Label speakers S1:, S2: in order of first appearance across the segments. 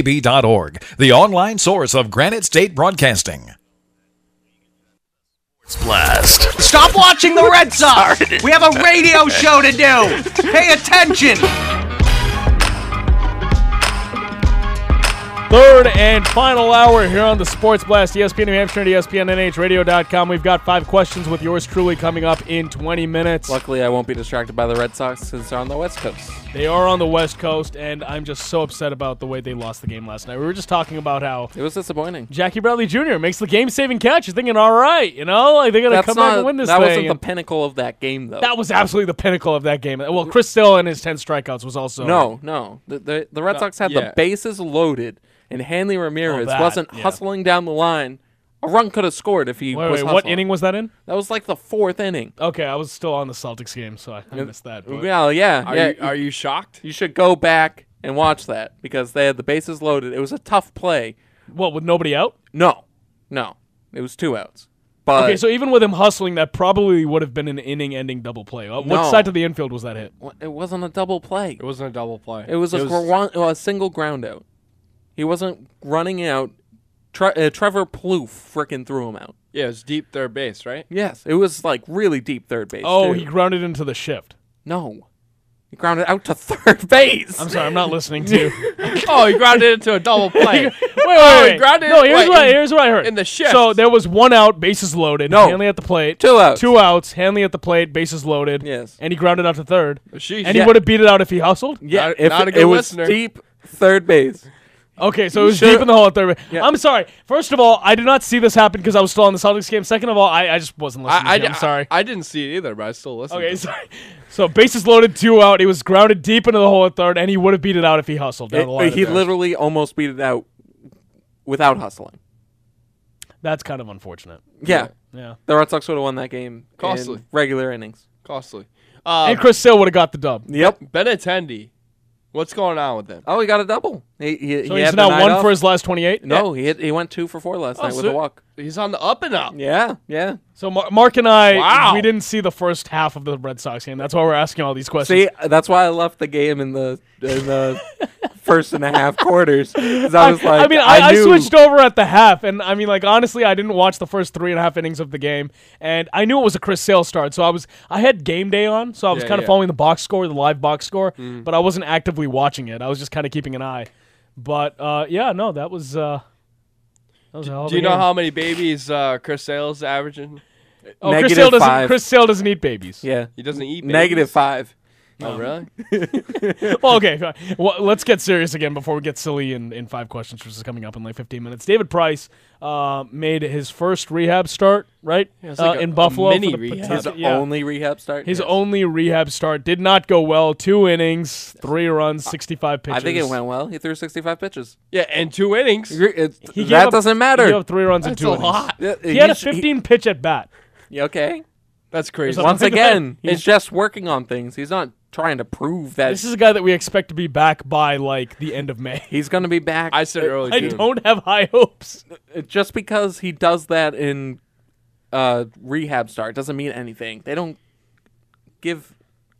S1: NHAB.org, the online source of Granite State Broadcasting.
S2: Blast.
S3: Stop watching the Red Sox. We have a radio show to do. Pay attention.
S4: Third and final hour here on the Sports Blast, E ESPN New Hampshire and ESPNNHradio.com. We've got five questions with yours truly coming up in 20 minutes.
S5: Luckily, I won't be distracted by the Red Sox since they're on the West Coast.
S4: They are on the West Coast, and I'm just so upset about the way they lost the game last night. We were just talking about how
S5: It was disappointing.
S4: Jackie Bradley Jr. makes the game-saving catch. You're thinking, all right, you know, like they're going to
S5: That's
S4: come
S5: not,
S4: back and win this
S5: that
S4: thing.
S5: wasn't the
S4: and
S5: pinnacle of that game, though.
S4: that was absolutely the pinnacle of that game. Well, Chris Still and his 10 strikeouts was also
S5: no, no. The, the, the Red Sox had
S4: yeah.
S5: the bases loaded, and Hanley Ramirez
S4: that,
S5: wasn't
S4: yeah.
S5: hustling down the line. A run could have scored if he
S4: Wait,
S5: was
S4: wait, what
S5: hustling.
S4: inning was that in?
S5: That was like the fourth inning.
S4: Okay, I was still on the Celtics game, so I, I missed that. but-
S5: Well, yeah,
S6: Are
S5: yeah.
S6: you are you shocked?
S5: you should go back and watch that because they had the bases loaded. It was a tough play.
S4: What, with nobody out?
S5: No, no, it was two outs. But
S4: Okay, so even with him hustling, that probably would have been an inning-ending double play. Uh, What
S5: No.
S4: side to the infield was that hit?
S5: Well, It wasn't a double play.
S6: It wasn't a double play.
S5: It was a, ground- uh, a single ground out. He wasn't running out. Tre- uh, Trevor Plouffe frickin' threw him out.
S6: yeah, it was deep third base, right?
S5: Yes, it was like really deep third base.
S4: Oh,
S5: too.
S4: he grounded into the shift.
S5: no, he grounded out to third base.
S4: I'm sorry, I'm not listening to you.
S6: oh, he grounded it into a double
S4: Wait,
S6: play.
S4: wait,
S6: he
S4: wait.
S6: grounded
S4: no,
S6: it-
S4: here's
S6: wait,
S4: what,
S6: in-
S4: here's what I heard.
S6: in the shift.
S4: So there was one out, bases loaded.
S5: No.
S4: Hanley at the plate.
S5: Two outs.
S4: Two outs. Hanley at the plate, bases loaded.
S5: Yes.
S4: And he grounded out to third.
S6: Sheesh.
S4: And he
S5: Yeah.
S4: would have beat it out if he hustled.
S5: yeah,
S6: Not-
S5: if
S6: not a
S5: it,
S6: good
S5: it was
S6: listener.
S5: deep third base.
S4: Okay, so it was
S5: should've-
S4: deep in the hole at third. base.
S5: Yeah.
S4: I'm sorry. First of all, I did not see this happen because I was still on the Celtics game. Second of all, I, I just wasn't listening.
S6: I,
S4: to you. I'm sorry.
S6: I, didn't see it either, but I still listened.
S4: Okay, sorry. So bases loaded, two out. He was grounded deep into the hole at third, and he would have beat it out if he hustled down the line.
S5: It- he literally almost beat it out without hustling.
S4: That's kind of unfortunate.
S5: Yeah,
S4: Yeah.
S5: the Red Sox would have won that game.
S6: Costly.
S5: in regular innings.
S6: Costly. Uh,
S4: and Chris Sale would have got the dub.
S5: Yep.
S6: ben Attendee, what's going on with him?
S5: Oh, he got a double. He, he,
S4: So
S5: he
S4: he's
S5: had the
S4: now
S5: night
S4: one
S5: off.
S4: for his last 28.
S5: No, he hit, he went two for four last night with
S6: so-
S5: a walk.
S6: He's on the up and up.
S5: Yeah, yeah.
S4: So Mar- Mark and I,
S6: Wow.
S4: we didn't see the first half of the Red Sox game. That's why we're asking all these questions.
S5: See, that's why I left the game in the in the first and a half quarters. 'cause I was like,
S4: I mean, I, I
S5: knew-
S4: switched over at the half, and I mean, like honestly, I didn't watch the first three and a half innings of the game, and I knew it was a Chris Sale start, so I was I had game day on, so I was
S6: Yeah,
S4: kind of
S6: yeah.
S4: following the box score, the live box score, but I wasn't actively watching it. I was just kind of keeping an eye. But uh, yeah, no, that was uh, that was a hell of
S6: Do
S4: a
S6: you know
S4: game.
S6: how many babies uh, Chris Sale's averaging?
S4: Oh, Chris
S5: Negative
S4: Sale doesn't.
S5: five.
S4: Chris Sale doesn't eat babies.
S5: Yeah,
S6: He doesn't eat babies?
S5: negative five.
S6: Oh, really?
S4: well, okay. fine. Well, let's get serious again before we get silly in, in five questions, which is coming up in like 15 minutes. David Price uh, made his first rehab start, right?
S6: it's like
S4: Uh,
S6: a-
S4: in
S6: a
S4: Buffalo. for
S6: mini
S4: the
S6: rehab.
S4: Pawtucket-
S5: His
S4: yeah.
S5: only rehab start.
S4: His
S5: Yes.
S4: only rehab start did not go well. Two innings, three runs, 65
S5: I
S4: pitches.
S5: think it went well. He threw sixty-five pitches.
S6: Yeah, and two innings.
S5: You're- it's-
S4: He gave
S5: that
S4: up-
S5: doesn't
S4: He
S5: matter.
S4: gave up three runs
S6: That's
S4: in two
S6: a
S4: innings.
S6: lot.
S5: Yeah,
S4: He had a
S5: he's- he-
S4: 15 pitch at bat.
S5: yeah, okay.
S6: That's crazy.
S4: There's
S5: Once
S4: Something
S5: again,
S4: that-
S5: he's just working on things. He's not trying to prove that
S4: This is a guy that we expect to be back by like the end of May.
S5: he's going to be back. e,
S6: I said early.
S4: I
S6: June.
S4: don't have high hopes.
S5: just because he does that in uh, rehab start doesn't mean anything. They don't give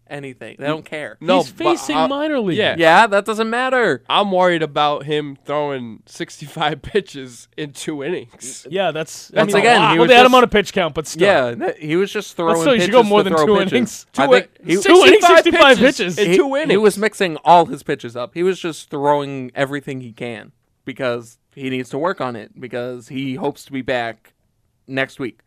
S5: anything. They don't care.
S6: No,
S4: He's
S6: but
S4: facing
S6: I-
S4: minor league.
S6: Yeah.
S5: uh, Yeah, that doesn't matter.
S6: I'm worried about him throwing 65 pitches in two innings.
S4: Yeah, that's. I
S5: Once
S4: mean, a
S5: again, he
S4: lot. well,
S5: was
S4: they had him
S5: just-
S4: on a pitch count, but still.
S5: Yeah, that- he was just throwing.
S4: still, you should
S5: pitches
S4: go more
S5: to
S4: than
S5: throw
S4: two
S5: pitches.
S4: innings.
S5: I
S6: Two
S5: think
S6: in-
S5: he,
S4: Two innings, 65 pitches.
S6: in
S5: he-
S6: two innings.
S5: He was mixing all his pitches up. He was just throwing everything he can because he needs to work on it because he hopes to be back next week.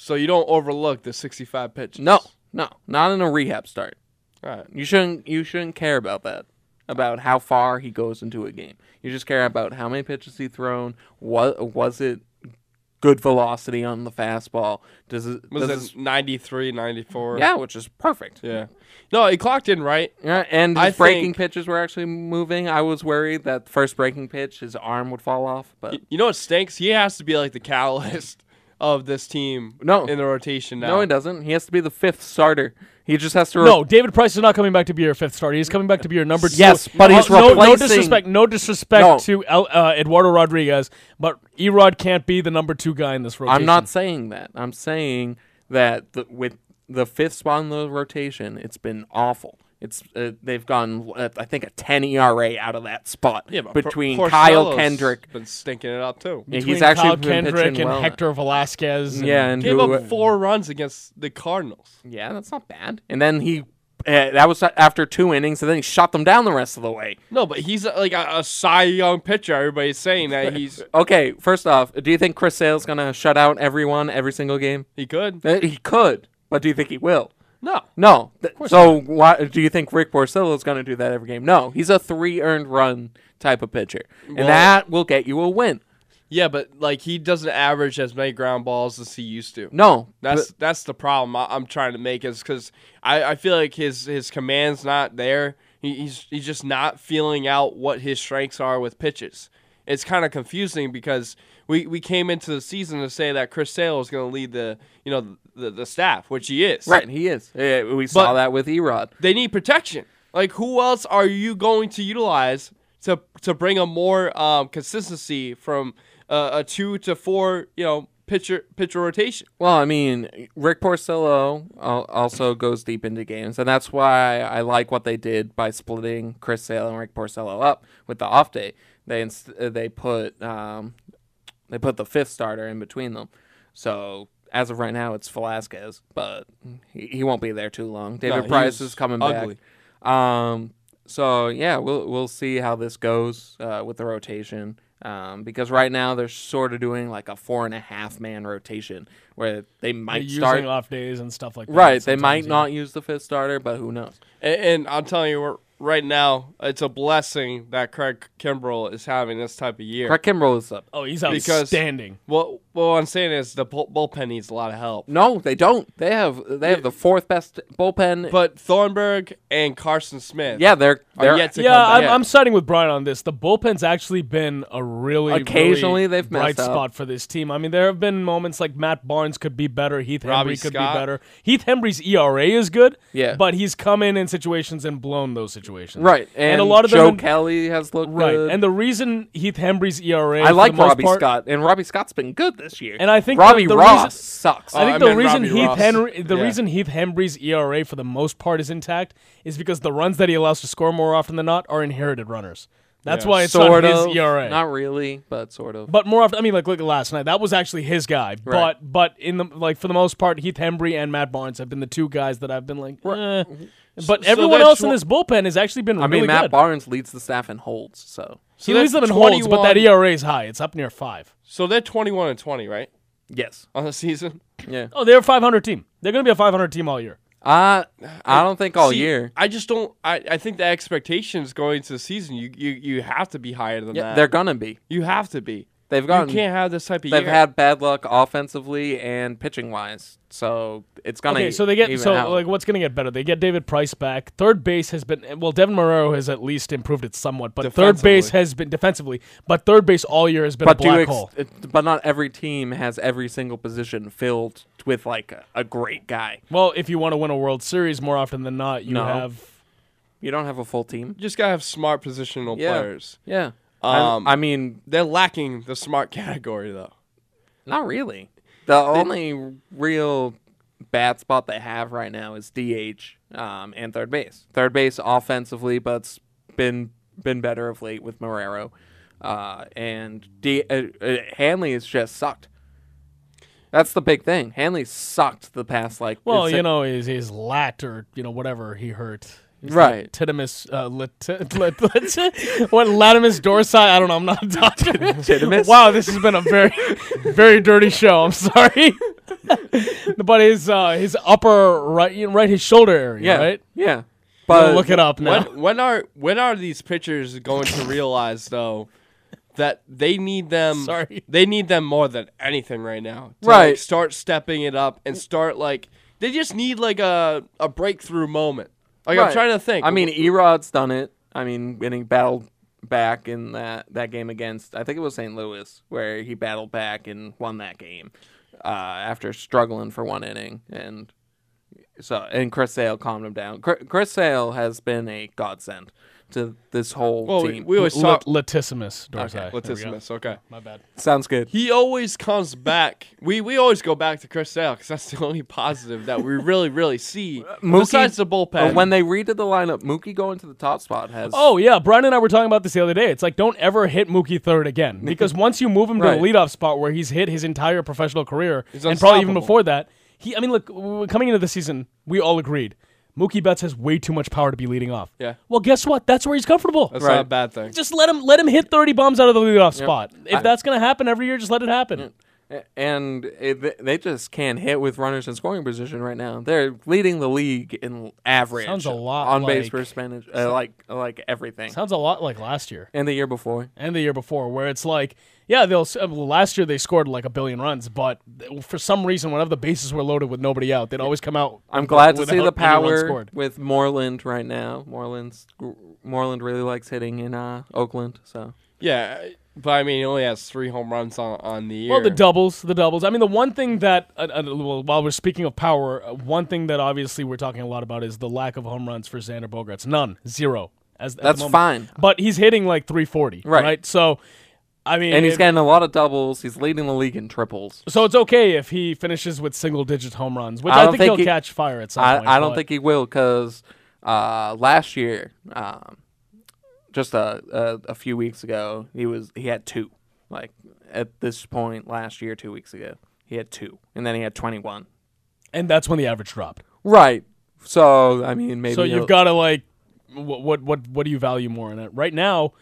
S6: so you don't overlook the 65 pitches.
S5: No, no, not in a rehab start.
S6: All right.
S5: You shouldn't. You shouldn't care about that. About how far he goes into a game. You just care about how many pitches he thrown. What was it? Good velocity on the fastball. Does it?
S6: Was
S5: does
S6: it 93, 94?
S5: it- yeah, which is perfect.
S6: Yeah. No, he clocked in right.
S5: Yeah, and his
S6: I
S5: breaking
S6: think-
S5: pitches were actually moving. I was worried that the first breaking pitch, his arm would fall off, but
S6: You know what stinks? He has to be like the catalyst of this team
S5: No.
S6: in the rotation now.
S5: no, he doesn't. He has to be the fifth starter. He just has to.
S4: No, David Price is not coming back to be your fifth starter. He's coming back to be your number two. Uh,
S5: Yes, but he's
S4: no, no
S5: replacing-
S4: disrespect. No disrespect
S5: No.
S4: to El, uh, Eduardo Rodriguez, but Erod can't be the number two guy in this rotation.
S5: I'm not saying that. I'm saying that the, with the fifth spot in the rotation, it's been awful. It's uh, they've gone uh, I think a 10 ERA out of that spot
S6: Por-
S5: between
S6: Porcello's
S5: Kyle Kendrick.
S6: been stinking it up too.
S5: Yeah, he's
S4: Between
S5: actually
S4: Kyle
S5: been
S4: Kendrick
S5: pitching
S4: and
S5: well.
S4: Hector Velasquez. and-
S5: Yeah, and
S6: Gave
S5: who- uh,
S6: up four runs against the Cardinals.
S5: Yeah, that's not bad. And then he uh, that was after two innings, and then he shot them down the rest of the way.
S6: No, but he's uh, like a, a Cy Young pitcher. Everybody's saying that he's
S5: Okay, first off, do you think Chris Sale's gonna shut out everyone every single game?
S6: he could.
S5: Uh, He could, but do you think he will?
S6: No,
S5: No. Th- so why do you think Rick Porcello is going to do that every game? No, he's a three earned run type of pitcher, and that will get you a win.
S6: yeah, but like he doesn't average as many ground balls as he used to.
S5: No,
S6: That's
S5: but-
S6: that's the problem I, I'm trying to make is because I, I feel like his his command's not there. He, he's he's just not feeling out what his strengths are with pitches. It's kind of confusing because we, we came into the season to say that Chris Sale is going to lead the you know the, the staff, which he is.
S5: right. He is. Yeah, we saw
S6: But-
S5: that with Erod.
S6: They need protection. Like who else are you going to utilize to to bring a more um, consistency from uh, a two to four you know pitcher pitcher rotation?
S5: Well, I mean, Rick Porcello al- also goes deep into games, and that's why I like what they did by splitting Chris Sale and Rick Porcello up with the off day. They inst- uh, they put um, they put the fifth starter in between them. So as of right now, it's Velasquez, but he, he won't be there too long. David
S6: he
S5: Price
S6: was
S5: is coming
S6: ugly.
S5: back. Um, so yeah, we'll we'll see how this goes uh, with the rotation. Um, because right now they're sort of doing like a four and a half man rotation where they
S4: They're
S5: might
S4: Using
S5: start
S4: off days and stuff like that.
S5: right. They
S4: sometimes,
S5: might
S4: yeah.
S5: not use the fifth starter, but who knows?
S6: And, and I'm telling you, we're- right now, it's a blessing that Craig Kimbrell is having this type of year.
S5: Craig Kimbrell is up.
S4: Oh, he's
S6: Because-
S4: outstanding.
S6: Well, well, what I'm saying is the bull- bullpen needs a lot of help.
S5: No, they don't. They have they have the fourth best bullpen.
S6: But Thornburg and Carson Smith,
S5: yeah, they're
S6: are
S5: they're
S6: yet to
S4: yeah,
S6: come back.
S4: I'm, I'm siding with Brian on this. The bullpen's actually been a really
S5: Occasionally
S4: really
S5: they've
S4: bright
S5: messed up.
S4: spot for this team. I mean, there have been moments like Matt Barnes could be better, Heath
S6: Robbie
S4: Henry could
S6: Scott.
S4: be better. Heath Henry's ERA is good,
S5: Yeah.
S4: but he's come in in situations and blown those situations,
S5: right. And,
S4: a lot of
S5: Joe
S4: them,
S5: Kelly has looked
S4: right.
S5: good.
S4: And the reason Heath Henry's ERA,
S5: I
S4: for
S5: like
S4: the most
S5: Robbie
S4: part-
S5: Scott, and Robbie Scott's been good this year.
S4: And I think
S5: Robbie
S4: the- the
S5: Ross
S4: reason-
S5: sucks.
S4: I think
S6: Oh, I
S4: the
S6: meant
S4: reason
S6: Robbie
S4: Heath
S6: Ross.
S4: Henry, the
S6: Yeah.
S4: reason Heath Henry's ERA for the most part is intact, is because the runs that he allows to score more often than not are inherited runners. That's why it's
S5: sort
S4: not
S5: of
S4: his E ERA.
S5: not really, but sort of.
S4: But more often, I mean, like look at last night. That was actually his guy. But but in the like for the most part, Heath Hembry and Matt Barnes have been the two guys that I've been like. eh. But
S6: so
S4: everyone
S6: that's
S4: else in
S6: wh-
S4: this bullpen has actually been
S5: I mean,
S4: really
S5: Matt
S4: good.
S5: Barnes leads the staff in holds, so
S6: So
S4: he leads them
S6: that's
S4: in holds, but that
S6: 21
S4: ERA is high. It's up near five.
S6: So they're 21 and 20, right,
S5: yes,
S6: on the season.
S5: yeah.
S4: Oh, they're a 500 team. They're going to be a 500 team all year.
S5: I I don't think all
S6: See,
S5: year.
S6: I just don't. I, I think the expectations going into the season, you, you you have to be higher than
S5: Yeah,
S6: that.
S5: they're gonna be.
S6: you have to be.
S5: They've gotten.
S6: you can't have this type of
S5: they've
S6: year.
S5: had bad luck offensively and pitching wise, so it's gonna.
S4: Okay, so they get
S5: even
S4: so
S5: out.
S4: like what's going to get better? They get David Price back. Third base has been well. Devin Morero has at least improved it somewhat, but third base
S6: Defensively.
S4: has been defensively. But third base all year has been
S5: But
S4: a
S5: do
S4: black
S5: ex-
S4: hole.
S5: it- but not every team has every single position filled with like a, a great guy.
S4: Well, if you want to win a World Series, more often than not, you
S5: No.
S4: have
S5: You don't have a full team.
S6: You just gotta have smart positional
S5: Yeah.
S6: players.
S5: Yeah.
S6: Um,
S5: I, I mean,
S6: They're lacking the smart category though.
S5: Not really. The only real bad spot they have right now is DH um, and third base. Third base offensively, but it's been been better of late with Marrero. Uh, and D- uh, uh, Hanley has just sucked. That's the big thing. Hanley sucked the past like
S4: Well,
S5: it's-
S4: you know, his his lat or you know whatever he hurt. His
S5: Right.
S4: Latimus, uh, lat- lat- lat- what latimus dorsi? I don't know. I'm not a doctor.
S5: Latimus?
S4: Wow, this has been a very, very dirty show. I'm sorry. but his uh, his upper right, you know, right, his shoulder area,
S5: yeah, Uh,
S4: right?
S5: yeah.
S4: But
S5: But
S4: look it up now.
S6: When when are when are these pitchers going to realize though that they need them?
S4: Sorry.
S6: they need them more than anything right now. to,
S5: Right.
S6: like, start stepping it up and start like they just need like a a breakthrough moment. Like I'm
S5: Right.
S6: trying to think.
S5: I mean, Erod's done it. I mean, when he battled back in that, that game against, I think it was St. Louis, where he battled back and won that game uh, after struggling for one inning, and so and Chris Sale calmed him down. Chris, Chris Sale has been a godsend to this whole
S6: Well, we,
S5: team.
S6: we always
S4: Lat-
S6: talk
S4: latissimus dorsi. There we go.
S6: latissimus. Okay,
S4: My bad.
S5: Sounds good.
S6: he always comes back. We we always go back to Chris Sale because that's the only positive that we really really see
S5: Mookie-
S6: besides the bullpen.
S5: But when they redid the lineup, Mookie going to the top spot has
S4: Oh yeah, Brian and I were talking about this the other day. It's like don't ever hit Mookie third again because once you move him to
S5: Right.
S4: the leadoff spot where he's hit his entire professional career and
S6: unstoppable.
S4: probably even before that, he. I mean, look, w- w- coming into the season, we all agreed Mookie Betts has way too much power to be leading off.
S6: Yeah.
S4: Well, guess what? That's where he's comfortable.
S6: that's
S5: Right.
S6: not a bad thing.
S4: Just let him let him hit thirty bombs out of the leadoff spot. If
S5: I-
S4: that's gonna happen every year, just let it happen.
S5: and it, they just can't hit with runners in scoring position right now. They're leading the league in average.
S4: Sounds a lot
S5: on base
S4: like-
S5: percentage, uh, like like everything.
S4: Sounds a lot like last year.
S5: and the year before,
S4: and the year before, where it's like, yeah, they'll uh, well, last year they scored like a billion runs, but th- for some reason, whenever the bases were loaded with nobody out, they'd always come out.
S5: I'm glad to
S4: without
S5: see the
S4: any runs
S5: power
S4: scored.
S5: with Moreland right now. Moreland's Moreland really likes hitting in uh, Oakland, so
S6: Yeah, but I mean, he only has three home runs on on the year.
S4: Well, the doubles, the doubles. I mean, the one thing that, uh, uh, well, while we're speaking of power, uh, one thing that obviously we're talking a lot about is the lack of home runs for Xander Bogarts. None, zero. As at the
S5: That's
S4: moment.
S5: fine.
S4: But he's hitting like 340,
S5: Right.
S4: right? So, I mean,
S5: and he's
S4: if-
S5: getting a lot of doubles. He's leading the league in triples.
S4: so it's okay if he finishes with single digit home runs, which I,
S5: I don't
S4: think,
S5: think
S4: he'll
S5: he-
S4: catch fire at some point.
S5: I, I don't
S4: but-
S5: think he will because uh, last year, um, just a, a a few weeks ago, he was he had two. Like at this point last year, two weeks ago, he had two, and then he had twenty one.
S4: and that's when the average dropped.
S5: Right. So I mean, maybe
S4: So
S5: he'll-
S4: you've got to like, what, what what what do you value more in it right now?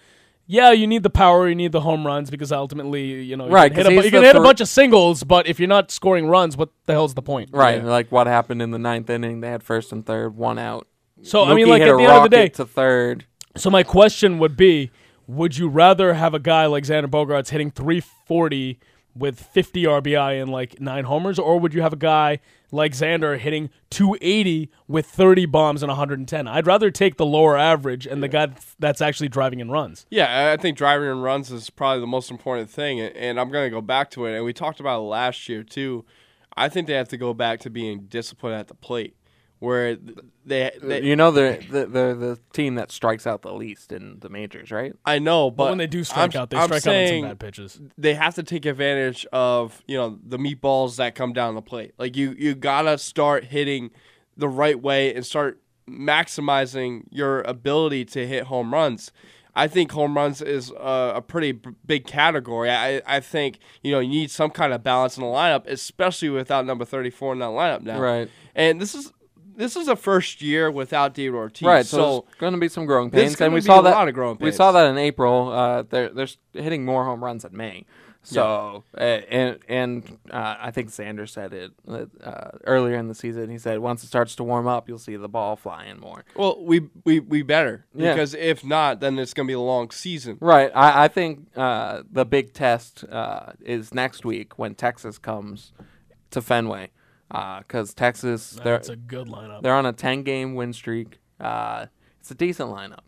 S4: Yeah, you need the power, you need the home runs because ultimately, you know, you
S5: Right,
S4: can hit,
S5: 'cause
S4: a, bu-
S5: he's
S4: you can
S5: the
S4: hit a
S5: thir-
S4: bunch of singles, but if you're not scoring runs, what the hell's the point?
S5: right. Like what happened in the ninth inning? They had first and third, one out.
S4: So I mean,
S5: Mookie
S4: like
S5: hit
S4: at
S5: a
S4: the end of the
S5: rocket
S4: day,
S5: to third.
S4: so my question would be: Would you rather have a guy like Xander Bogarts hitting 340 with 50 RBI and like nine homers, or would you have a guy like Xander hitting 280 with 30 bombs and 110? I'd rather take the lower average and the guy that's actually driving in runs.
S6: Yeah, I- I think driving and runs is probably the most important thing, a- and I'm going to go back to it. And we talked about it last year too. I think they have to go back to being disciplined at the plate, where th-
S4: Uh,
S6: they. they
S5: You know they're, they're they're the team that strikes out the least in the majors, right?
S6: I know, but,
S4: But when they do strike
S6: I'm-
S4: out, they
S6: I'm
S4: strike out on
S6: saying
S4: some bad pitches.
S6: They have to take advantage of you know the meatballs that come down the plate. Like you, you gotta start hitting the right way and start maximizing your ability to hit home runs. I think home runs is a, a pretty b- big category. I, I think you know you need some kind of balance in the lineup, especially without number thirty four in that lineup now.
S5: Right.
S6: And this is this is the first year without David Ortiz.
S5: Right, so,
S6: So,
S5: there's going to be some growing
S6: there's
S5: pains, and
S6: gonna
S5: we
S6: be
S5: saw
S6: a
S5: that
S6: lot of growing
S5: we
S6: pains.
S5: saw that in April. Uh, they're they're s- hitting more home runs in May. So uh, and and uh, I think Xander said it uh, uh, earlier in the season. He said once it starts to warm up, you'll see the ball flying more.
S6: well, we we we better
S5: Yeah.
S6: because if not, then it's gonna be a long season.
S5: Right, I, I think uh, the big test uh, is next week when Texas comes to Fenway, because Texas they're
S4: That's a good lineup.
S5: they're on a ten game win streak. Uh, it's a decent lineup.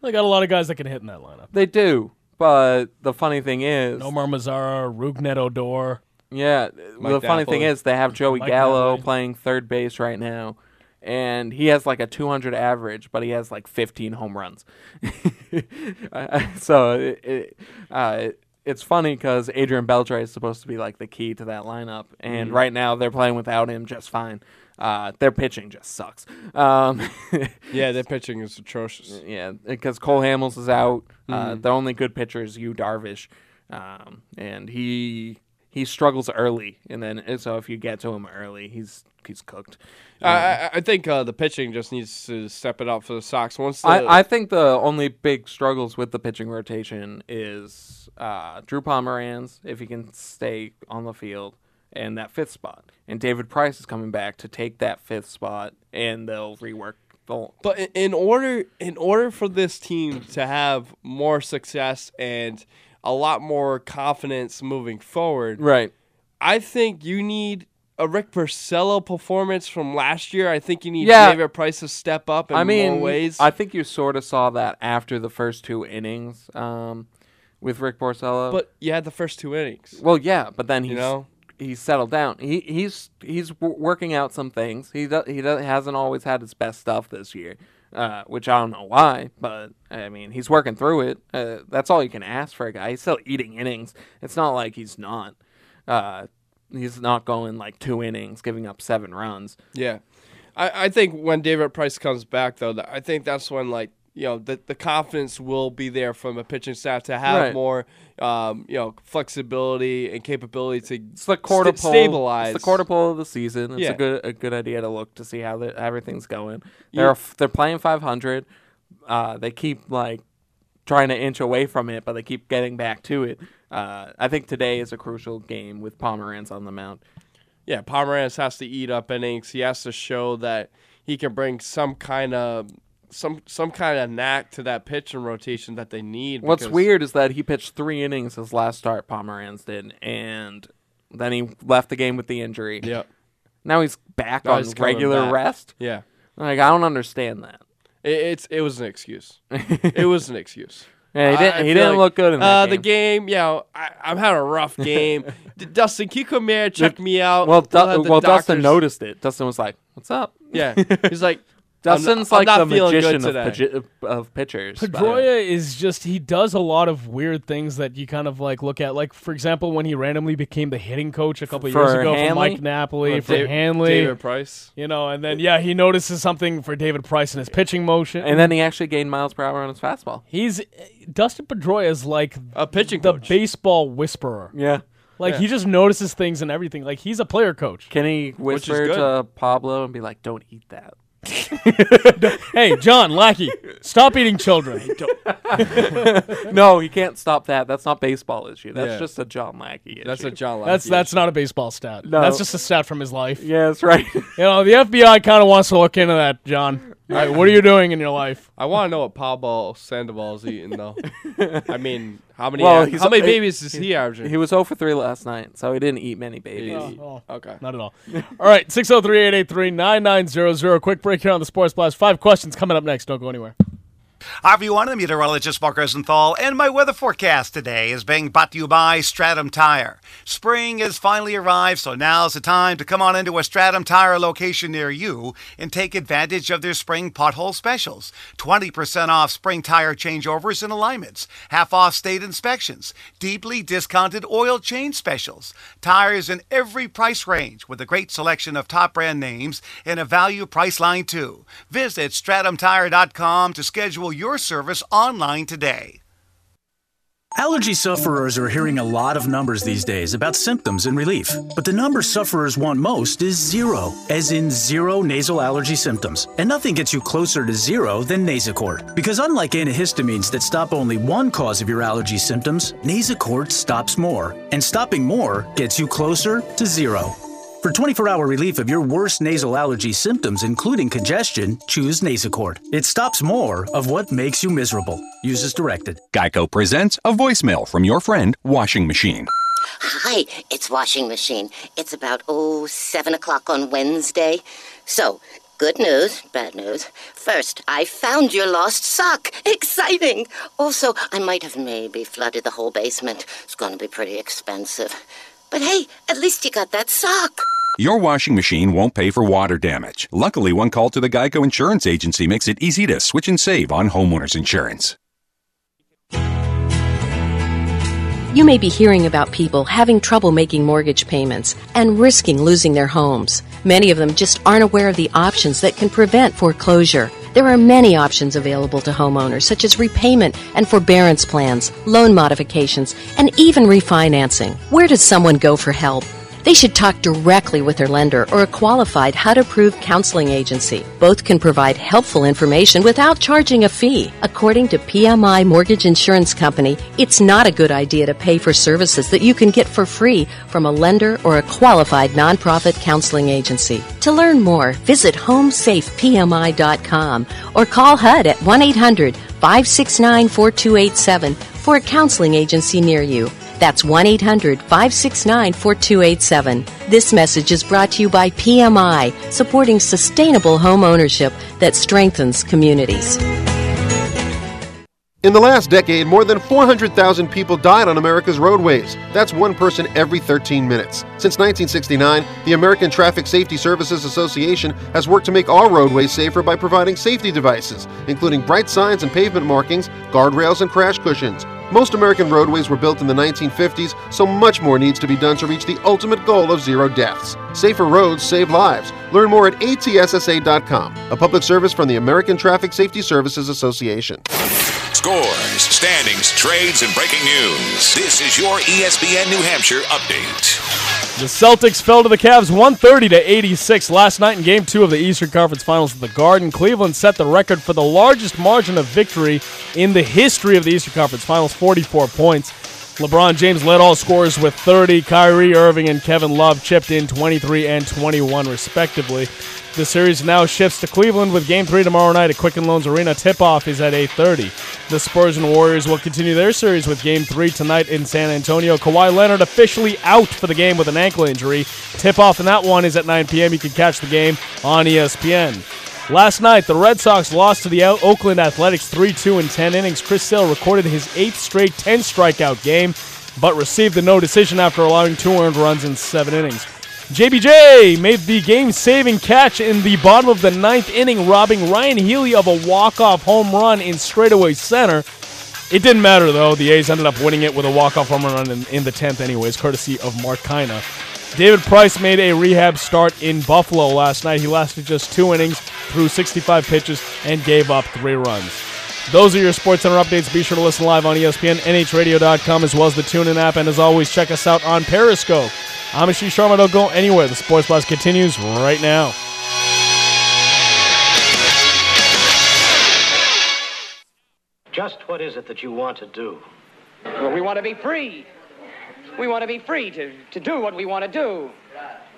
S4: They got a lot of guys that can hit in that lineup.
S5: They do, but the funny thing is,
S4: Nomar Mazara, Rugnet Odor.
S5: Yeah, the funny thing
S6: Napoli.
S5: is they have Joey
S4: Mike
S5: Gallo
S4: Napoli.
S5: playing third base right now, and he has like a 200 average, but he has like 15 home runs. Uh, so it, it, uh, it- it's funny because Adrian Beltre is supposed to be like the key to that lineup, and right now they're playing without him just fine. Uh, their pitching just sucks. Um,
S6: Yeah, their pitching is atrocious.
S5: yeah, because Cole Hamels is out. Uh, the only good pitcher is Yu Darvish, um, and he he struggles early. And then and so if you get to him early, he's he's cooked.
S6: I I, I think uh, the pitching just needs to step it up for the Sox. Once the,
S5: I, I think the only big struggles with the pitching rotation is uh, Drew Pomeranz if he can stay on the field and that fifth spot, and David Price is coming back to take that fifth spot, and they'll rework the
S6: but in- in order in order for this team to have more success and a lot more confidence moving forward,
S5: right.
S6: I think you need a Rick Porcello performance from last year. I think you need
S5: Yeah.
S6: David Price to step up in
S5: I mean,
S6: more ways.
S5: I think you sort of saw that after the first two innings um, with Rick Porcello.
S6: but you had the first two innings.
S5: well, yeah, but then he's
S6: know?
S5: he's settled down. He he's he's w- working out some things. He do, he do, hasn't always had his best stuff this year. uh, which I don't know why, but I mean, he's working through it. Uh, that's all you can ask for a guy. He's still eating innings. It's not like he's not. Uh, he's not going like two innings, giving up seven runs.
S6: Yeah, I, I think when David Price comes back, though, that- I think that's when like you know the the confidence will be there from a pitching staff to have
S5: Right.
S6: more um, you know flexibility and capability to
S5: It's the quarter
S6: sta-
S5: pole.
S6: stabilize
S5: It's the quarter pole of the season. It's
S6: Yeah.
S5: a good a good idea to look to see how the, everything's going. They're f- they're playing 500. Uh, they keep like trying to inch away from it, but they keep getting back to it. Uh, I think today is a crucial game with Pomeranz on the mound.
S6: Yeah, Pomeranz has to eat up innings. He has to show that he can bring some kind of some some kind of knack to that pitching rotation that they need.
S5: What's
S6: because-
S5: weird is that he pitched three innings his last start. Pomeranz did, and then he left the game with the injury.
S6: Yeah,
S5: Now he's back
S6: Now
S5: on
S6: he's coming
S5: regular
S6: back.
S5: rest.
S6: yeah.
S5: Like I don't understand that.
S6: It, it's it was an excuse. it was an excuse.
S5: Yeah, he didn't-
S6: I- I
S5: he
S6: feel
S5: didn't look good in that
S6: uh, the game. You know, I, I'm having a rough game. D- Dustin, can you come here and check me out?
S5: Well, Du-
S6: Oh, have the
S5: well, Dustin
S6: doctors-
S5: noticed it. Dustin was like, "What's up?"
S6: Yeah, he's like,
S5: Dustin's
S6: I'm,
S5: like
S6: not- I'm
S5: the
S6: not feeling
S5: magician
S6: good
S5: of,
S6: today.
S5: pagi- of pitchers. but-
S4: Pedroia is just he does a lot of weird things that you kind of like look at. Like for example, when he randomly became the hitting coach a couple
S5: For
S4: years ago for
S5: Hanley?
S4: Mike Napoli, for
S6: Dave-
S4: Hanley,
S6: David Price.
S4: you know, and then yeah, he notices something for David Price in his pitching motion.
S5: And then he actually gained miles per hour on his fastball.
S4: He's Dustin Pedroia is like
S6: A pitching
S4: the
S6: coach.
S4: baseball whisperer.
S5: Yeah.
S4: Like he just notices things and everything. Like he's a player coach.
S5: Can he whisper
S6: good.
S5: to Pablo and be like, "Don't eat that"?
S4: Hey, John Lackey, stop eating children.
S5: no, he can't stop that. That's not baseball issue. That's
S6: Yeah.
S5: just a John Mackey issue.
S6: That's a John.
S4: That's
S6: Lackey.
S4: that's not a baseball stat.
S5: No.
S4: That's just a stat from his life.
S5: yeah, that's right.
S4: You know, the FBI kind of wants to look into that, John. All right, what are you doing in your life?
S6: I want to know what Pablo Sandoval's eating though. I mean, how many?
S5: Well,
S6: ar-
S5: he's-
S6: how many
S5: he-
S6: babies is he averaging?
S5: he was 0 for 3 last night, so he didn't eat many babies.
S6: okay.
S4: Oh, Not at all. All right, 603 883 9900. Quick break here on the Sports Blast. Five questions coming up next. Don't go anywhere.
S2: Hi everyone, I'm meteorologist Mark Rosenthal, and my weather forecast today is being brought to you by Stratum Tire. Spring has finally arrived, so now's the time to come on into a Stratum Tire location near you and take advantage of their spring pothole specials. 20% off spring tire changeovers and alignments, half off state inspections, deeply discounted oil change specials, tires in every price range with a great selection of top brand names and a value price line too. Visit stratumtire.com to schedule your service online today.
S7: Allergy sufferers are hearing a lot of numbers these days about symptoms and relief, but the number sufferers want most is zero, as in zero nasal allergy symptoms. And nothing gets you closer to zero than Nasacort. Because unlike antihistamines that stop only one cause of your allergy symptoms, Nasacort stops more. And stopping more gets you closer to zero. For 24 hour relief of your worst nasal allergy symptoms, including congestion, choose Nasacort. It stops more of what makes you miserable. Use as directed.
S8: Geico presents a voicemail from your friend, Washing Machine.
S9: Hi, it's Washing Machine. It's about, oh, seven o'clock on Wednesday. So, good news, bad news. First, I found your lost sock. Exciting! Also, I might have maybe flooded the whole basement. It's gonna be pretty expensive. But hey, at least you got that sock.
S8: Your washing machine won't pay for water damage. Luckily, one call to the Geico Insurance Agency makes it easy to switch and save on homeowners insurance.
S10: You may be hearing about people having trouble making mortgage payments and risking losing their homes. Many of them just aren't aware of the options that can prevent foreclosure. There are many options available to homeowners, such as repayment and forbearance plans, loan modifications, and even refinancing. Where does someone go for help? They should talk directly with their lender or a qualified HUD approved counseling agency. Both can provide helpful information without charging a fee. According to PMI Mortgage Insurance Company, it's not a good idea to pay for services that you can get for free from a lender or a qualified nonprofit counseling agency. To learn more, visit homesafepmi.com or call HUD at 1 800 569 4287 for a counseling agency near you. That's 1 800 569 4287. This message is brought to you by PMI, supporting sustainable home ownership that strengthens communities.
S11: In the last decade, more than 400,000 people died on America's roadways. That's one person every 13 minutes. Since 1969, the American Traffic Safety Services Association has worked to make our roadways safer by providing safety devices, including bright signs and pavement markings, guardrails, and crash cushions. Most American roadways were built in the 1950s, so much more needs to be done to reach the ultimate goal of zero deaths. Safer roads save lives. Learn more at atssa.com, a public service from the American Traffic Safety Services Association.
S12: Scores, standings, trades, and breaking news. This is your ESPN New Hampshire update.
S4: The Celtics fell to the Cavs 130 to 86 last night in game 2 of the Eastern Conference Finals at the Garden. Cleveland set the record for the largest margin of victory in the history of the Eastern Conference Finals, 44 points. LeBron James led all scorers with 30. Kyrie Irving and Kevin Love chipped in 23 and 21 respectively. The series now shifts to Cleveland with Game 3 tomorrow night at Quicken Loans Arena. Tip-off is at 8.30. The Spurs and Warriors will continue their series with Game 3 tonight in San Antonio. Kawhi Leonard officially out for the game with an ankle injury. Tip-off in that one is at 9 p.m. You can catch the game on E ESPN. Last night, the Red Sox lost to the O- Oakland Athletics 3 2 in 10 innings. Chris Sale recorded his eighth straight 10 strikeout game, but received the no decision after allowing two earned runs in seven innings. JBJ made the game saving catch in the bottom of the ninth inning, robbing Ryan Healy of a walk off home run in straightaway center. It didn't matter though. The A's ended up winning it with a walk-off home run in, in the tenth, anyways, courtesy of Mark Kina. David Price made a rehab start in Buffalo last night. He lasted just two innings, threw 65 pitches, and gave up three runs. Those are your Sports Center updates. Be sure to listen live on E ESPN, NHRadio.com, as well as the TuneIn app. And as always, check us out on Periscope. I'm Ashish Sharma. Don't go anywhere. The Sports Blast continues right now.
S13: Just what is it that you want to do?
S14: Well, we want to be free. We want to be free to, to do what we want to do.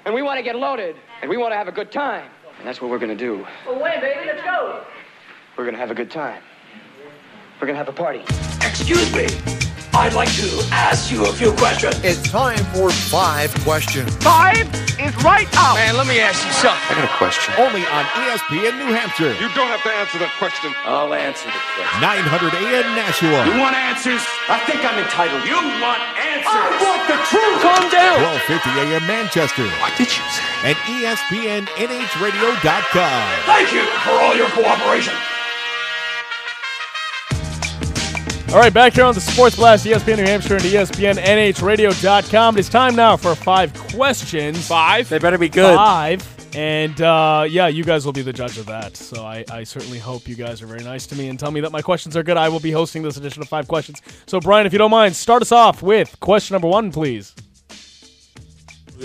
S14: And we want to get loaded. And we want to have a good time.
S13: And that's what we're going to do.
S14: Away, baby, let's go.
S13: We're going to have a good time. We're going to have a party.
S15: Excuse me. I'd like to ask you a few questions. It's time for five questions.
S14: Five is right up. Man, let me ask you something.
S15: I got a question. Only on ESPN New Hampshire. You don't have to answer that question. I'll answer the question. 900 AM Nashua.
S14: You want
S15: answers?
S14: I think I'm entitled. You want answers. I want the
S15: truth.
S14: Calm down.
S15: 1250 AM Manchester. What did you say? And ESPNNHradio.com. Thank you for all your cooperation.
S4: All right, back here on the Sports Blast, E ESPN New Hampshire and ESPN NHRadio.com. It is time now for five questions. Five? They better be
S5: good.
S4: Five. And uh, yeah, you guys will be the judge of that. So I, I certainly hope you guys are very nice to me and tell me that my questions are good. I will be hosting this edition of Five Questions. So, Brian, if you don't mind, start us off with question number one, please.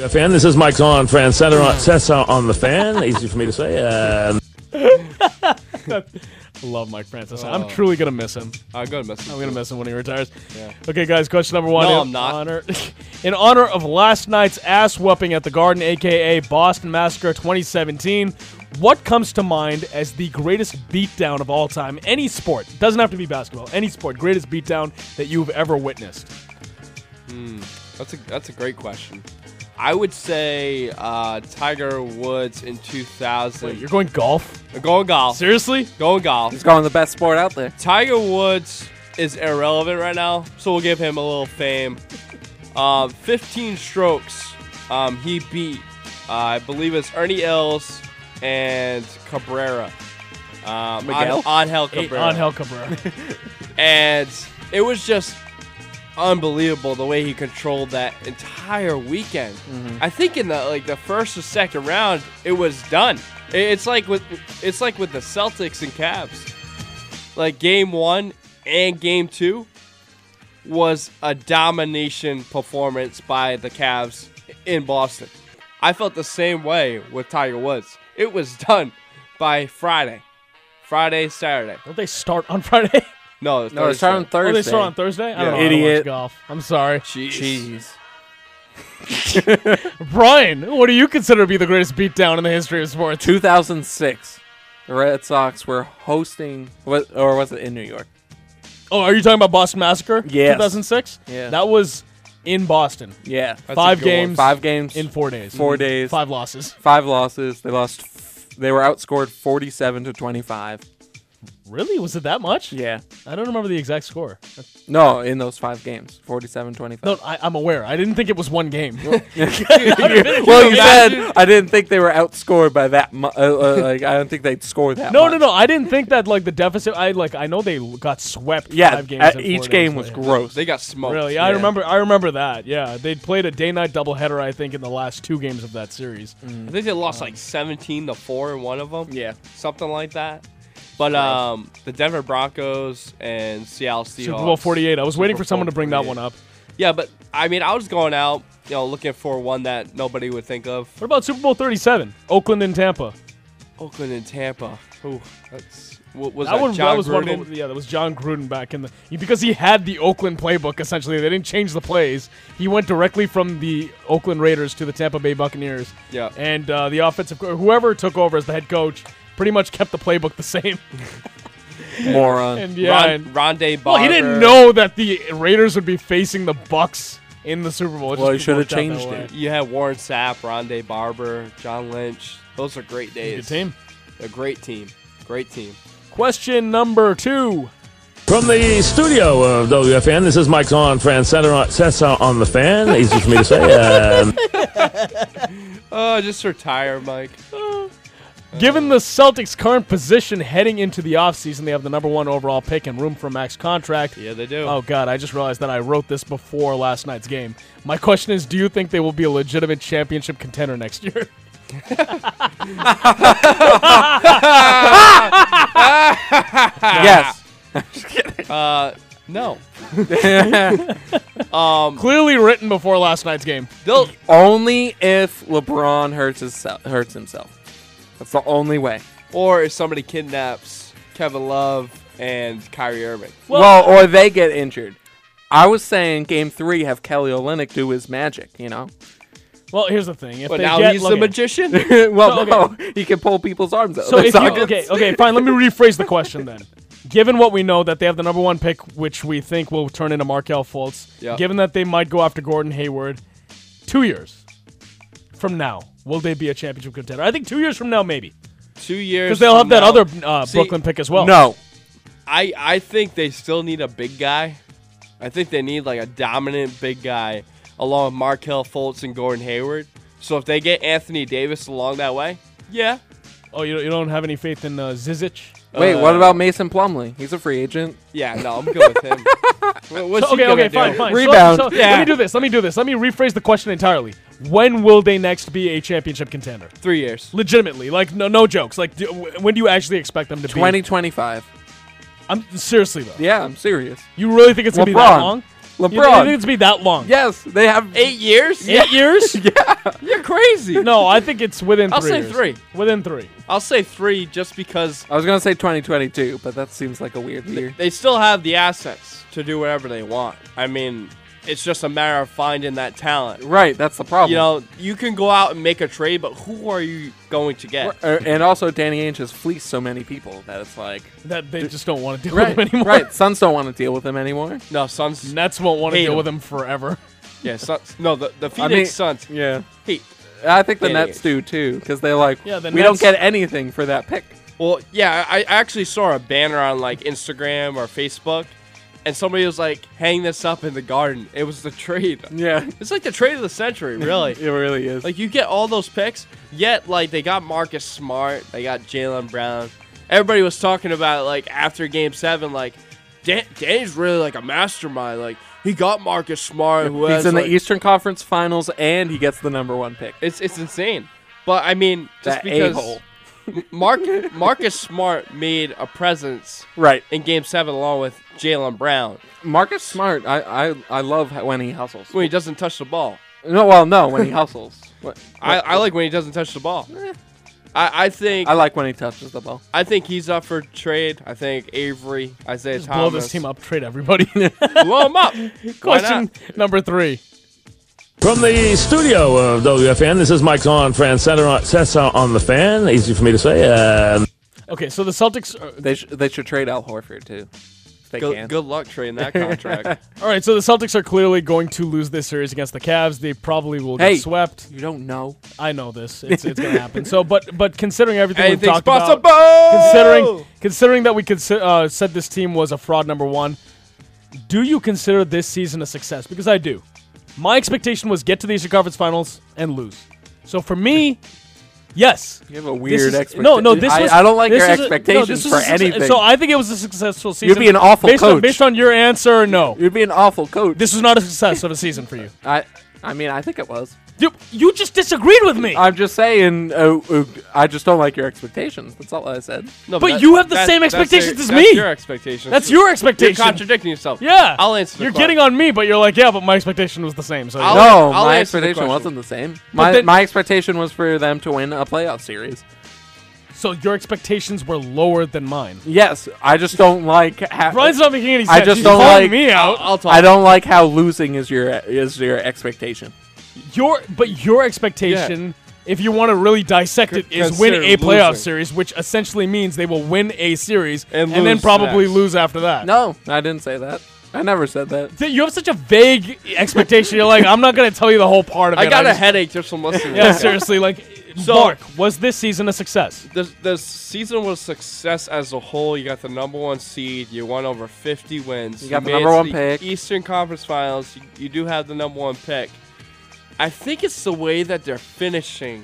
S16: fan. This is Mike Zahn, fan center on, center on the fan. Easy for me to say. Uh,
S4: Love Mike Francis.
S16: Oh.
S4: I'm truly gonna miss him.
S6: I'm gonna miss him.
S4: I'm gonna miss him when he retires.
S6: Yeah.
S4: Okay, guys. Question number one.
S6: No,
S4: in
S6: I'm not.
S4: Honor, in honor of last night's ass whooping at the Garden, aka Boston Massacre 2017, what comes to mind as the greatest beatdown of all time? Any sport doesn't have to be basketball. Any sport, greatest beatdown that you've ever witnessed.
S6: Hmm. That's a that's a great question. I would say uh, Tiger Woods in 2000.
S4: Wait, you're going golf?
S6: I'm going golf.
S4: Seriously?
S6: Going golf.
S5: He's going the best sport out there.
S6: Tiger Woods is irrelevant right now, so we'll give him a little fame. Um, 15 strokes. Um, he beat, uh, I believe it's Ernie Els and Cabrera. Um,
S4: Miguel?
S6: An- Angel
S4: Hey,
S6: Cabrera.
S4: Angel Cabrera.
S6: and it was just unbelievable the way he controlled that entire weekend. I think in the like the first or second round, it was done. I- It's like with it's like with the Celtics and Cavs. Like game one and game two was a domination performance by the Cavs in Boston. I felt the same way with Tiger Woods. It was done by Friday. Friday, Saturday.
S4: Don't they start on Friday?
S6: No, it's
S5: No, they start
S4: Oh,
S5: on
S4: they
S5: Thursday.
S4: start on Thursday. I don't
S5: Yeah.
S4: know. I don't watch
S5: Idiot.
S4: golf. I'm sorry.
S5: Jeez.
S4: Brian, what do you consider to be the greatest beatdown in the history of sports?
S5: 2006. The Red Sox were hosting, what, or was it in New York?
S4: Oh, are you talking about Boston Massacre?
S5: Yes.
S4: 2006?
S5: Yeah.
S4: That was in Boston.
S5: Yeah,
S4: Five games.
S5: Five games
S4: in four days.
S5: Four
S4: Mhm.
S5: days.
S4: Five losses.
S5: Five losses. They lost. F- they were outscored forty-seven to twenty-five.
S4: Really? Was it that much?
S5: Yeah.
S4: I don't remember the exact score.
S5: No, in those five games, 47-25.
S4: No, I, I'm aware. I didn't think it was one game.
S5: well, you said I didn't think they were outscored by that. Mu- uh, uh, like I don't think they'd score that.
S4: No,
S5: much.
S4: no, no. I didn't think that like the deficit. I like I know they got swept.
S5: Yeah,
S4: five games.
S5: uh,
S4: in
S5: each
S4: four
S5: game
S4: days,
S5: was
S4: but-
S5: gross.
S6: They got smoked.
S4: Really, I
S5: Yeah.
S4: remember. I remember that. Yeah, they played a day-night doubleheader. I think in the last two games of that series.
S5: Mm.
S6: I think they lost like 17 to 4 in one of them. Yeah. Something like that. But um, the Denver Broncos and Seattle Seahawks.
S4: Super Bowl 48. I was waiting
S6: Super
S4: for someone
S6: Bowl
S4: to bring that
S6: 48.
S4: one up.
S6: Yeah, but I mean, I was going out, you know, looking for one that nobody would think of.
S4: What about Super Bowl 37? Oakland and Tampa.
S6: Oakland and Tampa. Ooh, that's what was
S4: that,
S6: that,
S4: one,
S6: John
S4: that was one
S6: Gruden?
S4: of the, yeah, that was John Gruden back in the because he had the Oakland playbook essentially. They didn't change the plays. He went directly from the Oakland Raiders to the Tampa Bay Buccaneers.
S6: Yeah.
S4: and uh, the offensive co- whoever took over as the head coach pretty much kept the playbook the same.
S5: Moron.
S4: And yeah,
S6: Ron-
S4: and-
S6: Rondé
S4: Well, he
S6: Barber.
S4: didn't know that the Raiders would be facing the Bucks in the Super Bowl. It just worked out that way.
S6: You had Warren Sapp, Rondé Barber, John Lynch. Those are great days.
S4: good team.
S6: A great team. Great team.
S4: Question number two.
S16: From the studio of WFN, this is Mike's on Fan Center on, Sessa on the Fan. Easy for me to say. Uh,
S6: Oh, just retire, Mike.
S4: Given the Celtics' current position heading into the offseason, they have the number one overall pick and room for max contract.
S6: Yeah, they do.
S4: Oh, God, I just realized that I wrote this before last night's game. My question is do you think they will be a legitimate championship contender next year?
S6: yes. Uh, no.
S4: um, Clearly written before last night's game.
S6: They'll
S5: only if LeBron hurts himself. Hurts himself. That's the only way.
S6: Or if somebody kidnaps Kevin Love and Kyrie Irving.
S5: Well, or they get injured. I was saying game three, have Kelly Olynyk do his magic. You know.
S4: Well, here's the thing. If
S6: But
S4: they
S6: now
S4: get,
S6: he's
S4: look
S6: the
S4: at-
S6: magician?
S5: well,
S4: No, okay.
S5: no, he can pull people's arms out.
S4: So
S5: That's
S4: if you,
S5: all I'm
S4: okay,
S5: saying.
S4: okay, fine. Let me rephrase the question then. Given what we know that they have the number one pick, which we think will turn into Markel Fultz,
S6: Yeah.
S4: given that they might go after Gordon Hayward, two years from now, will they be a championship contender? I think two years from now, maybe.
S6: Two years.
S4: Because they'll have
S6: from
S4: that
S6: now.
S4: other uh,
S6: See,
S4: Brooklyn pick
S5: Oh.
S4: as well.
S6: I I think they still need a big guy. I think they need like a dominant big guy along with Markel Fultz and Gordon Hayward. So if they get Anthony Davis along that way, yeah.
S4: Oh, you, you don't have any faith in uh, Zizic?
S5: Wait,
S6: Uh,
S5: what about Mason Plumley? He's a free agent.
S6: yeah, no, I'm good with him. Wha- What's
S4: So-
S6: he
S4: okay,
S6: gonna
S4: okay,
S6: do?
S4: fine, fine. So-
S5: Rebound.
S4: so
S6: Yeah.
S4: Let me do this. Let me do this. Let me rephrase the question entirely. When will they next be a championship contender?
S6: Three years.
S4: Legitimately, like no, no jokes. Like, do, when do you actually expect them to be?
S5: 2025.
S4: I'm seriously though.
S5: Yeah, I'm serious.
S4: You really think it's gonna be that
S5: LeBron.
S4: long?
S5: LeBron.
S4: You really think it's gonna be that long?
S5: Yes, they have
S6: eight years.
S4: Eight years?
S5: yeah.
S6: You're crazy.
S4: No, I think it's within.
S6: I'll
S4: three
S6: say
S4: years.
S6: three.
S4: Within three.
S6: I'll say three just because
S5: I was gonna say 2022, but that seems like a weird year.
S6: they still have the assets to do whatever they want. I mean, it's just a matter of finding that talent.
S5: Right, that's the problem.
S6: You know, you can go out and make a trade, but who are you going to get?
S5: Uh, and also Danny Ainge has fleeced so many people that it's like
S4: That they just don't want to deal
S5: right,
S4: with him anymore.
S5: Right, Suns don't want to deal with him anymore.
S6: No, Suns.
S4: Nets won't want to
S5: Hate
S4: deal
S5: him.
S4: with him forever.
S6: Yeah, Suns. No, the, the
S5: I
S6: Phoenix
S5: mean-
S6: Suns.
S5: Yeah,
S6: Hey,
S5: I think the
S6: Danny
S5: Nets
S6: Ainge.
S5: do too because they're like,
S4: Yeah, the
S5: we don't
S4: Nets-
S5: get anything for that pick.
S6: Well, yeah, I I actually saw a banner on like Instagram or Facebook, and somebody was like, "Hang this up in the garden." It was the trade.
S5: Yeah,
S6: It's like the trade of the century, really.
S5: it really is.
S6: Like you get all those picks, yet like they got Marcus Smart, they got Jalen Brown. Everybody was talking about like after Game Seven, like Dan- Danny's really like a mastermind. Like he got Marcus Smart, who
S5: He's
S6: has,
S5: in the
S6: like-
S5: Eastern Conference Finals and he gets the number one pick.
S6: It's it's insane. But I mean, just
S5: That
S6: because
S5: a-hole.
S6: M- Mark Marcus Smart made a presence
S5: Right.
S6: in Game Seven along with Jalen Brown
S5: Marcus Smart, I I, I love how, when he hustles.
S6: when he doesn't touch the ball.
S5: No, well, no, when he hustles. What-
S6: I, I like when he doesn't touch the ball. I, I think
S5: Eh. I like when he touches the ball.
S6: I think he's up for trade. I think Avery, Isaiah
S4: Just blow
S6: Thomas.
S4: this team up, trade everybody.
S6: blow him up.
S4: question number three.
S16: From the studio of WFN, this is Mike's on Fan Center on, Sessa on the Fan. Easy for me to say. Uh,
S4: Okay, so the Celtics. uh, Are,
S5: They sh- they should trade Al Horford too. They
S6: good,
S5: can.
S6: good luck trading that contract.
S4: All right, so the Celtics are clearly going to lose this series against the Cavs. They probably will
S5: Hey,
S4: get swept.
S5: You don't know.
S4: I know this. It's, it's going to happen. So, but but considering everything we've
S6: Anything's
S4: talked about,
S6: possible! Oh!
S4: considering considering that we consi- uh, said this team was a fraud number one, do you consider this season a success? Because I do. My expectation was get to the Eastern Conference Finals and lose. So for me, yes.
S5: You have a
S4: This
S5: weird
S4: is-
S5: expectation.
S4: No, no, this
S5: I-
S4: was-
S5: I don't like
S4: this
S5: your
S4: is a- no,
S5: expectations
S4: this was
S5: for
S4: a success-
S5: anything.
S4: So I think it was a successful season.
S5: You'd be an awful
S4: based On,
S5: coach.
S4: based on your answer, no.
S5: You'd be an awful coach.
S4: This was not a success of a season for you.
S5: I, I mean, I think it was.
S4: You, you just disagreed with me.
S5: I'm just saying. Uh, uh, I just don't like your expectations. That's all I said.
S6: No,
S4: But
S6: that-
S4: you have the
S6: that-
S4: same
S6: that's
S4: expectations
S6: your-
S4: as
S6: that's
S4: me.
S6: Your expectations.
S4: That's your expectation.
S6: You're contradicting yourself.
S4: Yeah.
S6: I'll answer. The
S4: You're getting on me, but you're like, yeah, but my expectation was the same. So
S6: I'll-
S5: no,
S6: I'll
S5: my
S6: answer the question.
S5: expectation wasn't the same.
S4: But
S5: My
S4: then-
S5: my expectation was for them to win a playoff series.
S4: So your expectations were lower than mine.
S5: Yes, I just don't like. Ha-
S4: Brian's not making any
S5: I
S4: sense.
S5: just
S4: He's
S5: don't
S4: calling
S5: like
S4: me out. I'll talk.
S5: I don't like how losing is your is your expectation.
S4: Your but your expectation, if you want to really dissect it, is win
S5: consider
S4: a playoff
S5: losing.
S4: series, which essentially means they will win a series and,
S5: And
S4: then
S5: lose
S4: probably
S5: next.
S4: lose after that.
S5: No, I didn't say that. I never said that.
S4: Th- You have such a vague expectation. You're like, I'm not going to tell you the whole part of it.
S6: I got a
S4: just-
S6: headache just from listening.
S4: Yeah,
S6: to that.
S4: seriously. Like,
S6: So-
S4: Mark, was this season a success?
S6: The, the season was success as a whole. You got the number one seed. You won over 50 wins.
S5: You got
S6: made
S5: the
S6: it
S5: number
S6: to
S5: one
S6: the
S5: pick.
S6: Eastern Conference Finals. You, you do have the number one pick. I think it's the way that they're finishing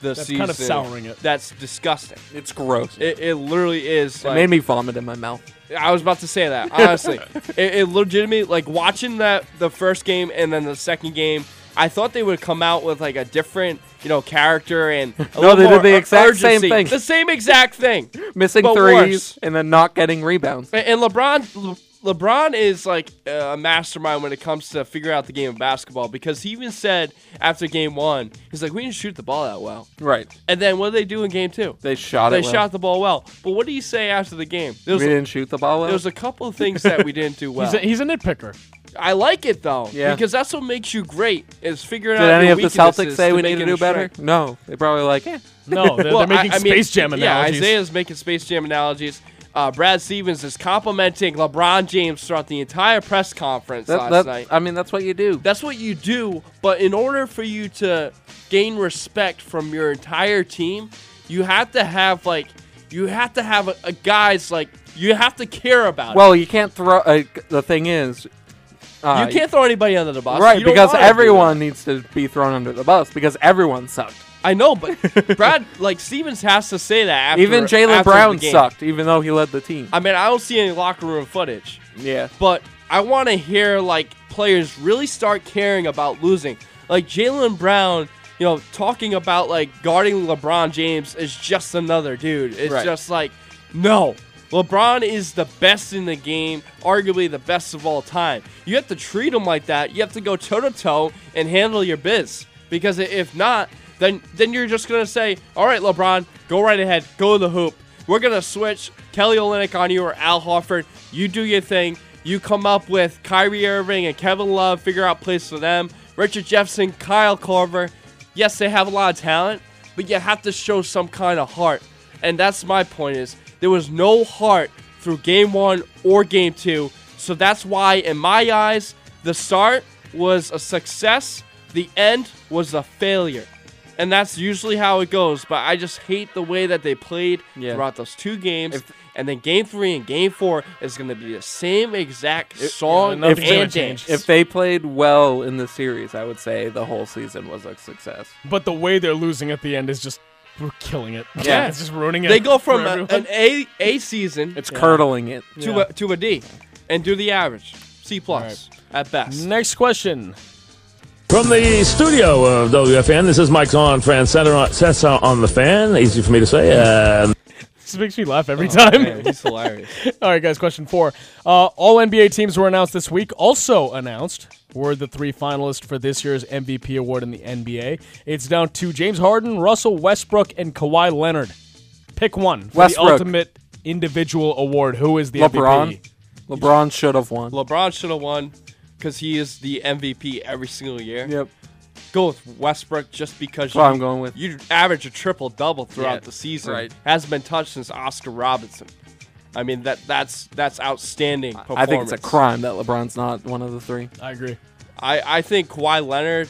S6: the
S4: That's
S6: season.
S4: kind of souring it.
S6: That's disgusting.
S5: It's gross.
S6: It, it literally is.
S5: It
S6: like-
S5: made me vomit in my mouth.
S6: I was about to say that honestly. it, it legitimately like watching that the first game and then the second game. I thought they would come out with like a different you know character and a
S5: No,
S6: little
S5: they did
S6: more
S5: the
S6: ur-
S5: exact same
S6: urgency.
S5: thing.
S6: The same exact thing.
S5: Missing
S6: but
S5: threes
S6: worse.
S5: and then not getting rebounds.
S6: A- And LeBron, Le- LeBron is like a mastermind when it comes to figure out the game of basketball because he even said after game one, he's like, "We didn't shoot the ball that well."
S5: Right.
S6: And then what did they do in game two?
S5: They shot
S6: they
S5: it. well.
S6: shot the ball well. But what do you say after the game? There was
S5: we
S6: a-
S5: didn't shoot the ball well.
S6: there was a couple of things that we didn't do well.
S4: He's a, he's a nitpicker.
S6: I like it though,
S5: Yeah.
S6: because that's what makes you great is figuring
S5: Did
S6: out.
S5: any
S6: your
S5: of the
S6: weaknesses
S5: Celtics say we
S6: make
S5: need to
S6: it
S5: do
S6: a
S5: better?
S6: strength.
S5: No, they probably like, eh.
S4: No, they're,
S6: Well,
S4: they're making
S6: I- I mean,
S4: Space Jam
S6: yeah,
S4: analogies.
S6: Isaiah's making Space Jam analogies. Uh, Brad Stevens is complimenting LeBron James throughout the entire press conference
S5: That-
S6: last
S5: that-
S6: night.
S5: I mean, that's what you do.
S6: That's what you do, but in order for you to gain respect from your entire team, you have to have like you have to have a, a guys like you have to care about.
S5: Well, you can't throw. Uh, g- the thing is, uh,
S6: it. you can't throw anybody under the bus,
S5: Right,
S6: You don't
S5: because
S6: wanna do that.
S5: everyone needs to be thrown under the bus because everyone sucked.
S6: I know, but Brad, like Stevens, has to say that. After,
S5: even Jalen
S6: after
S5: Brown
S6: the game.
S5: sucked, even though he led the team.
S6: I mean, I don't see any locker room footage.
S5: Yeah.
S6: But I want to hear like players really start caring about losing. Like Jalen Brown, you know, talking about like guarding LeBron James is just another dude. It's
S5: Right.
S6: just like, no, LeBron is the best in the game, arguably the best of all time. You have to treat him like that. You have to go toe to toe and handle your biz because i- if not, then then you're just gonna say, all right, LeBron, go right ahead, go to the hoop. We're gonna switch Kelly Olynyk on you or Al Horford. You do your thing. You come up with Kyrie Irving and Kevin Love, figure out plays for them. Richard Jefferson, Kyle Corver. Yes, they have a lot of talent, but you have to show some kind of heart. And that's my point is there was no heart through game one or game two. So that's why, in my eyes, the start was a success, the end was a failure. And that's usually how it goes. But I just hate the way that they played
S5: Yeah.
S6: throughout those two games. and then game three and game four is going to be the same exact song
S5: if,
S6: and dance.
S5: if they played well in the series, I would say the whole season was a success.
S4: But the way they're losing at the end is just we're killing it.
S5: Yeah.
S4: it's just ruining it.
S6: They go from
S4: for
S6: a,
S4: everyone.
S6: an A A season.
S5: It's curdling it.
S6: to
S4: Yeah.
S6: a to a D, and do the average C plus at best.
S4: Next question.
S16: From the studio of WFN, this is Mike Zahn, Fran Center, Cessa on the fan. Easy for me to say. Uh,
S4: This makes me laugh every time.
S6: Oh, man, he's hilarious.
S4: all right, guys. Question four. Uh, all NBA teams were announced this week. Also announced were the three finalists for this year's MVP award in the NBA. It's down to James Harden, Russell Westbrook, and Kawhi Leonard. Pick one for
S5: Westbrook.
S4: the ultimate individual award. Who is the
S5: LeBron,
S4: MVP?
S5: LeBron should have won.
S6: LeBron should have won because he is the MVP every single year.
S5: Yep.
S6: Go with Westbrook just because
S5: That's what I'm going with.
S6: You average a triple double throughout
S5: Yeah,
S6: the season.
S5: right.
S6: Hasn't been touched since Oscar Robinson. I mean that that's that's outstanding. Performance.
S5: I think it's a crime that LeBron's not one of the three.
S4: I agree.
S6: I, I think Kawhi Leonard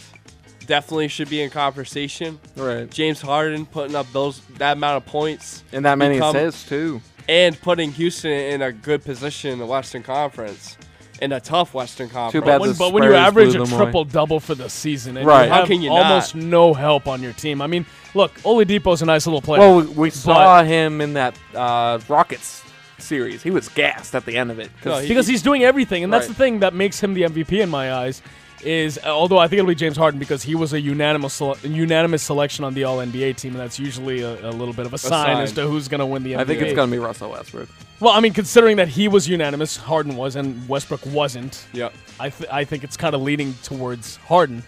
S6: definitely should be in conversation.
S5: Right.
S6: James Harden putting up those that amount of points
S5: And that many
S6: become-
S5: assists, too.
S6: and putting Houston in a good position in the Western Conference, in a tough Western Conference.
S4: but when, but when you average a triple double for the season, and
S6: Right.
S4: you
S6: How
S4: have
S6: can you not?
S4: almost no help on your team. I mean, look, Oladipo's a nice little player.
S5: Well, we, we
S4: but-
S5: saw him in that uh, Rockets series. He was gassed at the end of it.
S4: because he's doing everything, and that's
S5: Right.
S4: the thing that makes him the MVP in my eyes. Is although I think it'll be James Harden because he was a unanimous sele- unanimous selection on the All NBA team, and that's usually a, a little bit of a, sign, as to who's going to win the. NBA.
S5: I think it's going to be Russell Westbrook.
S4: Well, I mean, considering that he was unanimous, Harden was, and Westbrook wasn't.
S6: Yep.
S4: I th- I think it's kind of leaning towards Harden,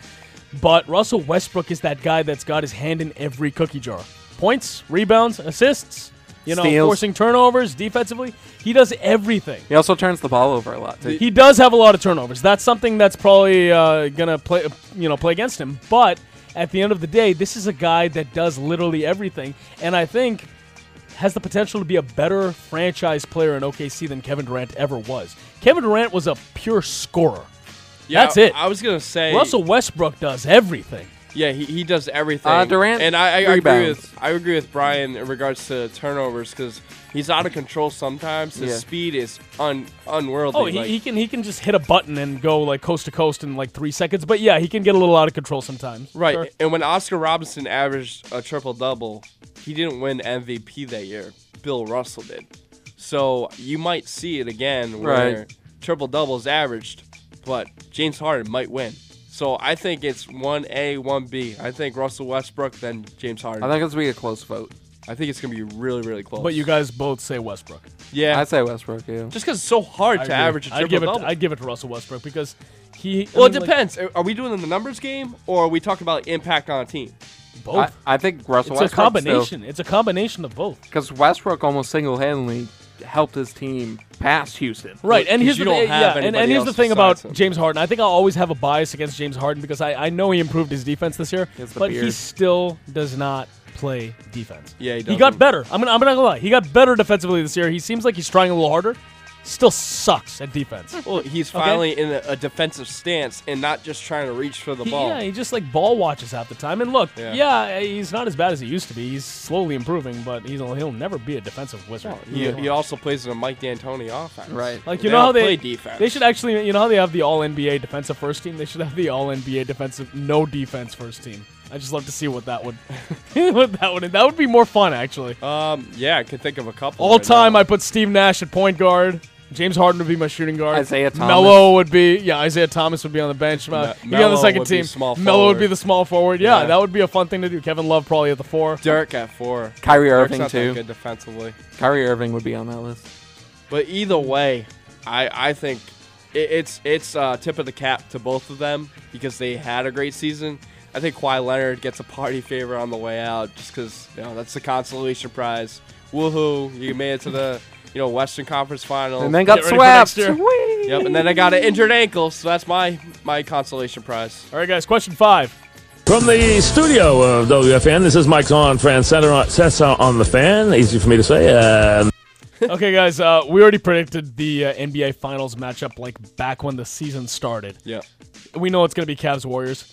S4: but Russell Westbrook is that guy that's got his hand in every cookie jar. Points, rebounds, assists. You know,
S5: Steals.
S4: forcing turnovers defensively. He does everything.
S5: He also turns the ball over a lot. Too.
S4: He does have a lot of turnovers. That's something that's probably uh, gonna play, you know, play against him. But at the end of the day, this is a guy that does literally everything, and I think has the potential to be a better franchise player in OKC than Kevin Durant ever was. Kevin Durant was a pure scorer.
S6: Yeah,
S4: That's it.
S6: I was gonna say
S4: Russell Westbrook does everything.
S6: Yeah, he, he does everything.
S4: Uh, Durant,
S6: and I, I agree
S4: rebounds.
S6: with I agree with Brian in regards to turnovers because he's out of control sometimes. His
S4: Yeah.
S6: speed is un unworldly.
S4: Oh, he,
S6: like-
S4: he can he can just hit a button and go like coast to coast in like three seconds. But yeah, he can get a little out of control sometimes.
S6: right.
S4: Sure.
S6: And when Oscar Robinson averaged a triple double, he didn't win MVP that year. Bill Russell did. So you might see it again where
S5: Right.
S6: triple doubles averaged, but James Harden might win. So I think it's one A, one B. I think Russell Westbrook, then James Harden.
S5: I think it's going to be a close vote.
S6: I think it's going to be really, really close.
S4: But you guys both say Westbrook.
S6: Yeah.
S5: I say Westbrook. Yeah.
S6: Just because it's so hard
S4: I
S6: to
S4: agree.
S6: average a
S4: I'd give it.
S6: triple-double.
S4: I'd give it to Russell Westbrook because he. I
S6: well, it
S4: mean, like-
S6: depends. Are- are we doing the numbers game or are we talking about impact on a team?
S4: Both.
S5: I, I think Russell
S4: it's
S5: Westbrook
S4: a combination. It's a combination of both.
S5: Because Westbrook almost single-handedly helped his team past Houston.
S4: Right, and here's the thing, yeah, and, and here's the thing about James Harden. I think I'll always have a bias against James Harden because I, I know he improved his defense this year,
S5: It's the
S4: but he
S5: beard.
S4: still does not play defense.
S6: Yeah, he
S4: He got better. I'm gonna, I'm not gonna lie. He got better defensively this year. He seems like he's trying a little harder. Still sucks at defense.
S6: Well, he's
S4: Okay?
S6: finally in a, a defensive stance and not just trying to reach for the
S4: He-
S6: ball.
S4: yeah, he just like ball watches half the time. And look,
S6: Yeah.
S4: yeah. he's not as bad as he used to be. He's slowly improving, but he's, he'll never be a defensive wizard.
S6: He, he also plays in a Mike D'Antoni offense. Right.
S4: Like you know how they
S6: play defense.
S4: They should actually, you know how they have the All NBA defensive first team. They should have the All NBA defensive no defense first team. I just love to see what that would, what that would that would be more fun actually.
S6: Um, yeah, I could think of a couple.
S4: All
S6: right
S4: time, I put Steve Nash at point guard. James Harden would be my shooting guard.
S5: Isaiah Thomas.
S4: Melo would be yeah. Isaiah Thomas would be on the bench.
S6: Me-
S4: Uh, he'd be on
S6: Melo
S4: the second
S6: would be
S4: team.
S6: small
S4: Melo would
S6: forward.
S4: be the small forward. Yeah,
S6: Yeah.
S4: that would be a fun thing to do. Kevin Love probably at the four.
S6: now. Dirk at four.
S5: Kyrie
S6: Dirk's
S5: Irving
S6: not that
S5: too.
S6: good defensively.
S5: Kyrie Irving would be on that list.
S6: But either way, I I think it, it's it's uh, tip of the cap to both of them because they had a great season. I think Kawhi Leonard gets a party favor on the way out just because you know that's the consolation prize. Woohoo! You made it to the you know Western Conference Finals
S5: And then got
S6: Get ready for next
S5: swept.
S6: year. Yep, and then I got an injured ankle, so that's my my consolation prize.
S4: All right, guys. Question five.
S16: From the studio of WFN, this is Mike's on Fan Cessa on the Fan. Easy for me to say. Uh,
S4: okay, guys, uh, we already predicted the uh, NBA Finals matchup like back when the season started.
S6: Yeah.
S4: We know it's going to be Cavs Warriors.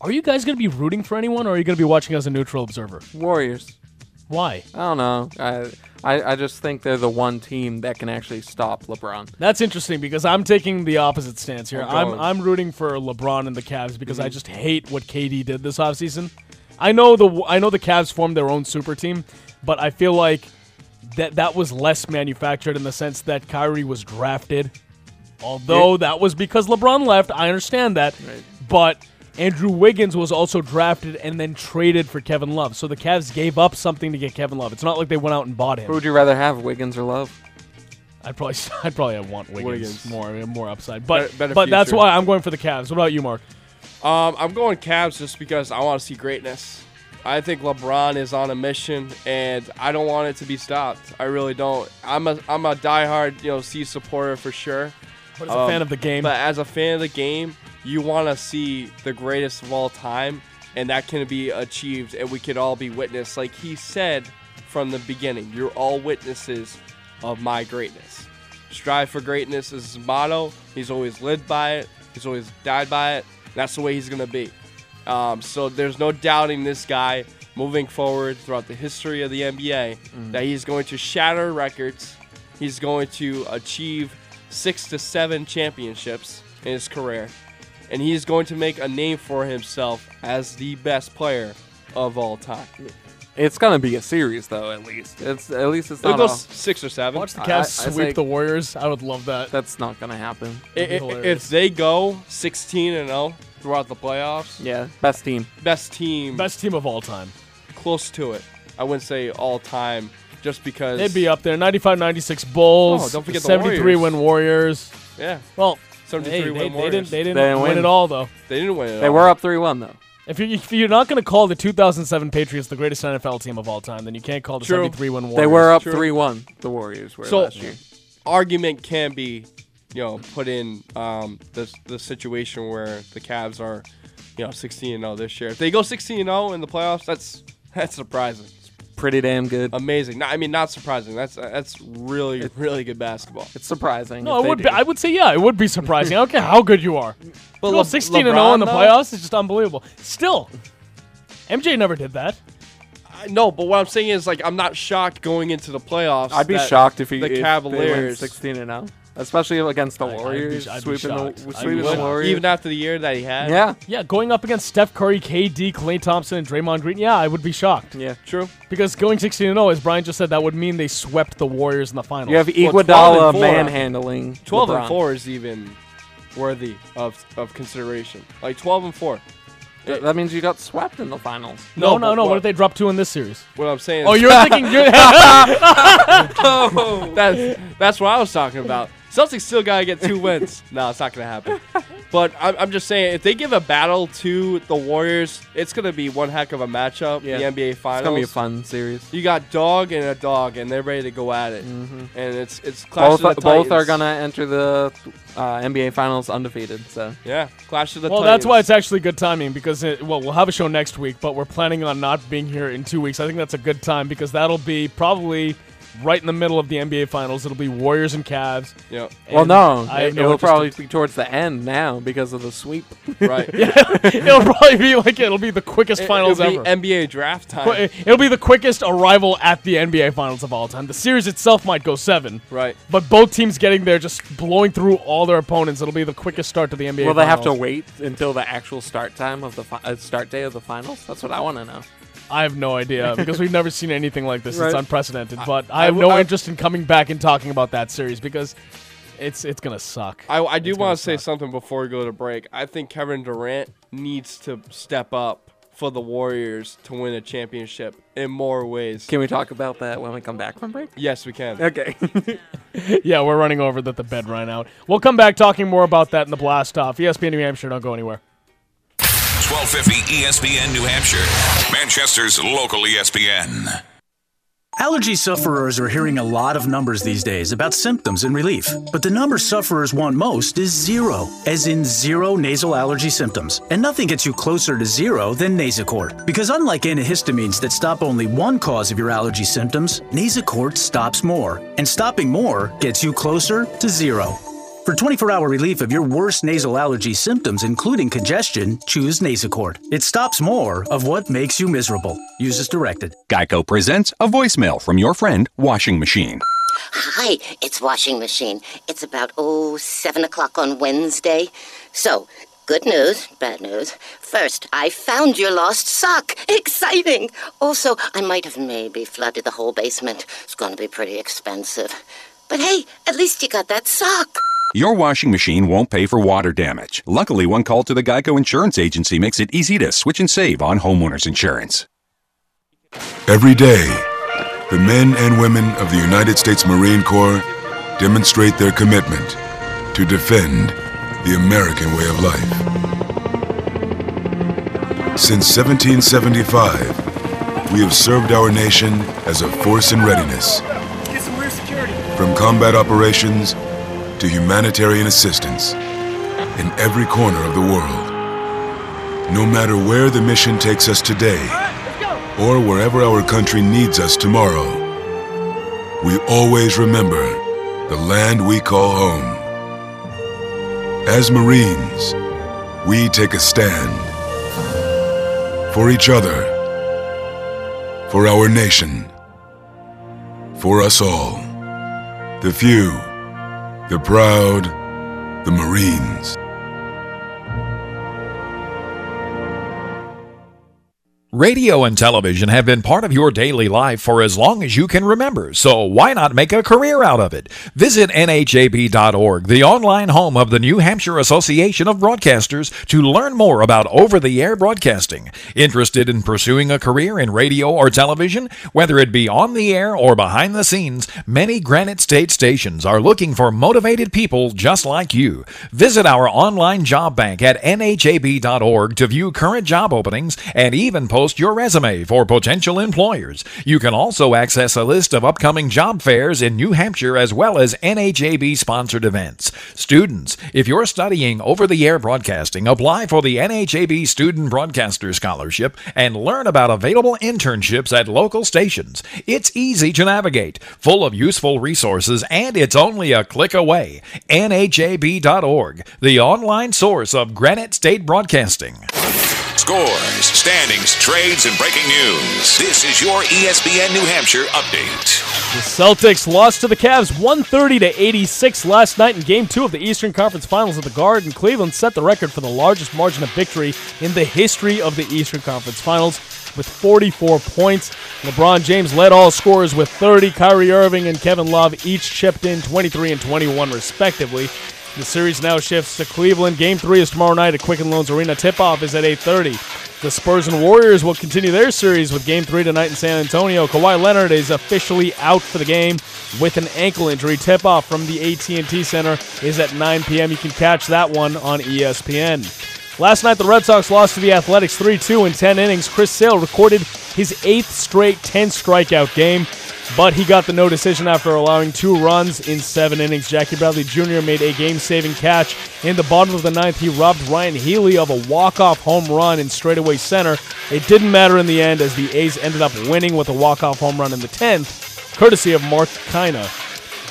S4: Are you guys going to be rooting for anyone or are you going to be watching as a neutral observer?
S5: Warriors.
S4: Why?
S5: I don't know. I, I I just think they're the one team that can actually stop LeBron.
S4: That's interesting because I'm taking the opposite stance here.
S5: Oh,
S4: I'm
S5: God.
S4: I'm rooting for LeBron and the Cavs because I
S5: Mhm.
S4: just hate what KD did this offseason. I know the I know the Cavs formed their own super team, but I feel like that that was less manufactured in the sense that Kyrie was drafted. Although
S5: Yeah.
S4: that was because LeBron left, I understand that. But Andrew Wiggins was also drafted and then traded for Kevin Love. So the Cavs gave up something to get Kevin Love. It's not like they went out and bought him.
S5: Who would you rather have, Wiggins or Love?
S4: I'd probably I'd probably want Wiggins,
S6: Wiggins.
S4: more more upside, but
S6: Better- better
S4: but that's
S6: future.
S4: why I'm going for the Cavs. What about you, Mark?
S6: Um, I'm going Cavs just because I want to see greatness. I think LeBron is on a mission, and I don't want it to be stopped. I really don't. I'm a I'm a diehard you know C supporter for sure.
S4: But as a fan of the game-
S6: Um, but as a fan of the game, you want to see the greatest of all time, and that can be achieved, and we could all be witness. Like he said from the beginning, you're all witnesses of my greatness. Strive for greatness is his motto. He's always lived by it. He's always died by it. That's the way he's gonna be. Um, so there's no doubting this guy moving forward throughout the history of the NBA
S5: Mhm.
S6: that he's going to shatter records. He's going to achieve six to seven championships in his career, and he's going to make a name for himself as the best player of all time.
S5: It's gonna be a series though, at least. It's at least it's
S6: It'll
S5: not
S6: go
S5: a-
S6: s- six or seven. Watch the
S5: I-
S6: Cavs
S5: I- I
S6: sweep
S5: say
S6: the
S4: Warriors. I would love that.
S5: That's not gonna happen.
S6: I- i- if they go 16 and 0 throughout the playoffs,
S5: yeah, best team.
S6: best team,
S4: best team of all time,
S6: close to it. I wouldn't say all time, just because
S4: They'd be up there. 95 96 Bulls.
S6: Oh, don't forget the
S4: 73
S6: Warriors.
S4: win Warriors.
S6: Yeah.
S4: Well,
S6: 73
S4: hey, they,
S6: win
S4: they
S6: Warriors.
S4: didn't, they didn't
S5: They didn't
S4: win
S5: win.
S4: it all, though.
S6: They didn't win it
S4: Oh.
S5: They
S6: all.
S5: were up three one though.
S4: If, you, if you're not going to call the 2007 Patriots the greatest NFL team of all time, then you can't call the
S6: True.
S4: 73 win Warriors.
S5: They were up
S6: True.
S5: three one. The Warriors were
S6: so
S5: last year.
S6: argument can be, you know, put in um, the the situation where the Cavs are, you know, 16 and 0 this year. If they go 16 and 0 in the playoffs, that's that's surprising.
S5: Pretty damn good.
S4: Um,
S6: Amazing. No, I mean, not surprising. That's that's really, really good basketball.
S5: It's surprising.
S4: No, it would be, I would say yeah, it would be surprising. I don't care how good you are.
S6: But
S4: But
S6: Le-
S4: 16 and 0 in the
S6: LeBron, though?
S4: playoffs is just unbelievable. Still, MJ never did that.
S6: I- No, but what I'm saying is like I'm not shocked going into the playoffs.
S5: I'd be
S6: that
S5: shocked if he
S6: the
S5: if they went
S6: Cavaliers
S5: sixteen and zero, especially against the
S6: I'd be-
S5: Warriors,
S6: I'd be
S5: sweeping
S6: shocked.
S5: the
S6: I'd be
S5: sweeping the
S6: shocked.
S5: Warriors.
S6: Even after the year that he had?
S5: Yeah.
S4: Yeah, going up against Steph Curry, KD, Klay Thompson, and Draymond Green, yeah, I would be shocked.
S5: Yeah.
S6: True.
S4: Because going 16 0, as Brian just said, that would mean they swept the Warriors in the finals.
S5: You have
S6: Well, 12
S5: Iguodala
S6: and four.
S5: manhandling.
S6: 12
S5: LeBron.
S6: and 4 is even worthy of, of consideration. Like 12 and 4.
S5: Th- That means you got swept in the finals.
S4: No, no,
S6: but
S4: no. What
S6: What,
S4: if they drop two in this series?
S6: what I'm saying
S4: Oh,
S6: is-
S4: you're thinking you're-
S6: Oh, that's, that's what I was talking about. Celtics still got to get two wins. no, it's not going to happen. But I'm, I'm just saying, if they give a battle to the Warriors, it's going to be one heck of a matchup.
S5: Yeah.
S6: The NBA Finals.
S5: It's gonna be a fun series.
S6: You got dog and a dog, and they're ready to go at it. And it's it's Clash
S5: Mm-hmm. Both,
S6: of the
S5: both
S6: Titans.
S5: are gonna enter the uh, NBA Finals undefeated. So
S6: yeah Clash of the
S4: well,
S6: Titans.
S4: that's why it's actually good timing because it, well, we'll have a show next week, but we're planning on not being here in two weeks. I think that's a good time because that'll be probably right in the middle of the NBA Finals. It'll be Warriors and Cavs.
S6: Yeah.
S5: Well,
S4: And
S5: no,
S4: I have
S5: it,
S4: no
S5: it will
S4: interest
S5: probably be towards the end now because of the sweep.
S6: Right.
S4: it'll probably be like it'll be the quickest
S6: It-
S4: finals
S6: it'll be
S4: ever.
S6: NBA draft time.
S4: Qu- It'll be the quickest arrival at the NBA finals of all time. The series itself might go seven.
S6: Right.
S4: But both teams getting there just blowing through all their opponents. It'll be the quickest start to the NBA.
S5: Will they have to
S4: finals.
S5: wait until the actual start time of the fi- uh, start day of the finals? That's what I want to know.
S4: I have no idea because we've never seen anything like this. It's
S5: Right.
S4: unprecedented. But I,
S5: I
S4: have
S5: w-
S4: no
S5: I-
S4: interest in coming back and talking about that series because it's it's gonna suck.
S6: I, I do
S4: It's gonna
S6: want to say something before we go to break. I think Kevin Durant needs to step up for the Warriors to win a championship in more ways.
S5: Can we talk about that when we come back from break?
S6: Yes, we can.
S5: Okay.
S4: yeah, we're running over that the bed ran out. We'll come back talking more about that in the blast off. E ESPN New Hampshire, don't go anywhere.
S12: 1250 ESPN New Hampshire, Manchester's local E ESPN.
S7: Allergy sufferers are hearing a lot of numbers these days about symptoms and relief, but the number sufferers want most is zero, as in zero nasal allergy symptoms. And nothing gets you closer to zero than Nasacort. Because unlike antihistamines that stop only one cause of your allergy symptoms, Nasacort stops more. And stopping more gets you closer to zero. For 24 hour relief of your worst nasal allergy symptoms, including congestion, choose Nasacort. It stops more of what makes you miserable. Use as directed.
S8: Geico presents a voicemail from your friend, Washing Machine.
S9: Hi, it's Washing Machine. It's about, oh, seven o'clock on Wednesday. So, good news, bad news. First, I found your lost sock. Exciting! Also, I might have maybe flooded the whole basement. It's gonna be pretty expensive. But hey, at least you got that sock.
S8: Your washing machine won't pay for water damage. Luckily, one call to the Geico Insurance Agency makes it easy to switch and save on homeowners insurance.
S17: Every day, the men and women of the United States Marine Corps demonstrate their commitment to defend the American way of life. Since 1775, we have served our nation as a force in readiness,
S18: Get some rear security.
S17: from combat operations to humanitarian assistance, in every corner of the world. No matter where the mission takes us today, or wherever our country needs us tomorrow. we always remember the land we call home. As Marines, we take a stand for each other, for our nation, for us all, the few, the proud, the Marines.
S1: Radio and television have been part of your daily life for as long as you can remember, so why not make a career out of it? Visit NHAB.org, the online home of the New Hampshire Association of Broadcasters, to learn more about over the air broadcasting. Interested in pursuing a career in radio or television? Whether it be on the air or behind the scenes, many Granite State stations are looking for motivated people just like you. Visit our online job bank at NHAB.org to view current job openings and even post your resume for potential employers. You can also access a list of upcoming job fairs in New Hampshire as well as NHAB sponsored events. Students, if you're studying over the air broadcasting, apply for the NHAB Student Broadcaster Scholarship and learn about available internships at local stations. It's easy to navigate, full of useful resources, and it's only a click away. NHAB.org, the online source of Granite State Broadcasting.
S12: Scores, standings, trades, and breaking news. This is your ESPN New Hampshire update.
S4: The Celtics lost to the Cavs 130 to 86 last night in Game Two of the Eastern Conference Finals at the Garden. Cleveland set the record for the largest margin of victory in the history of the Eastern Conference Finals with 44 points. LeBron James led all scorers with 30. Kyrie Irving and Kevin Love each chipped in 23 and 21 respectively. The series now shifts to Cleveland. Game three is tomorrow night at Quicken Loans Arena. Tip-off is at 8:30. The Spurs and Warriors will continue their series with Game three tonight in San Antonio. Kawhi Leonard is officially out for the game with an ankle injury. Tip-off from the AT&T Center is at 9 p.m. You can catch that one on E ESPN. Last night, the Red Sox lost to the Athletics 3 2 in 10 innings. Chris Sale recorded his eighth straight 10 strikeout game, but he got the no decision after allowing two runs in seven innings. Jackie Bradley Jr. made a game saving catch. In the bottom of the ninth, he robbed Ryan Healy of a walk off home run in straightaway center. It didn't matter in the end as the A's ended up winning with a walk off home run in the 10th, courtesy of Mark Kina.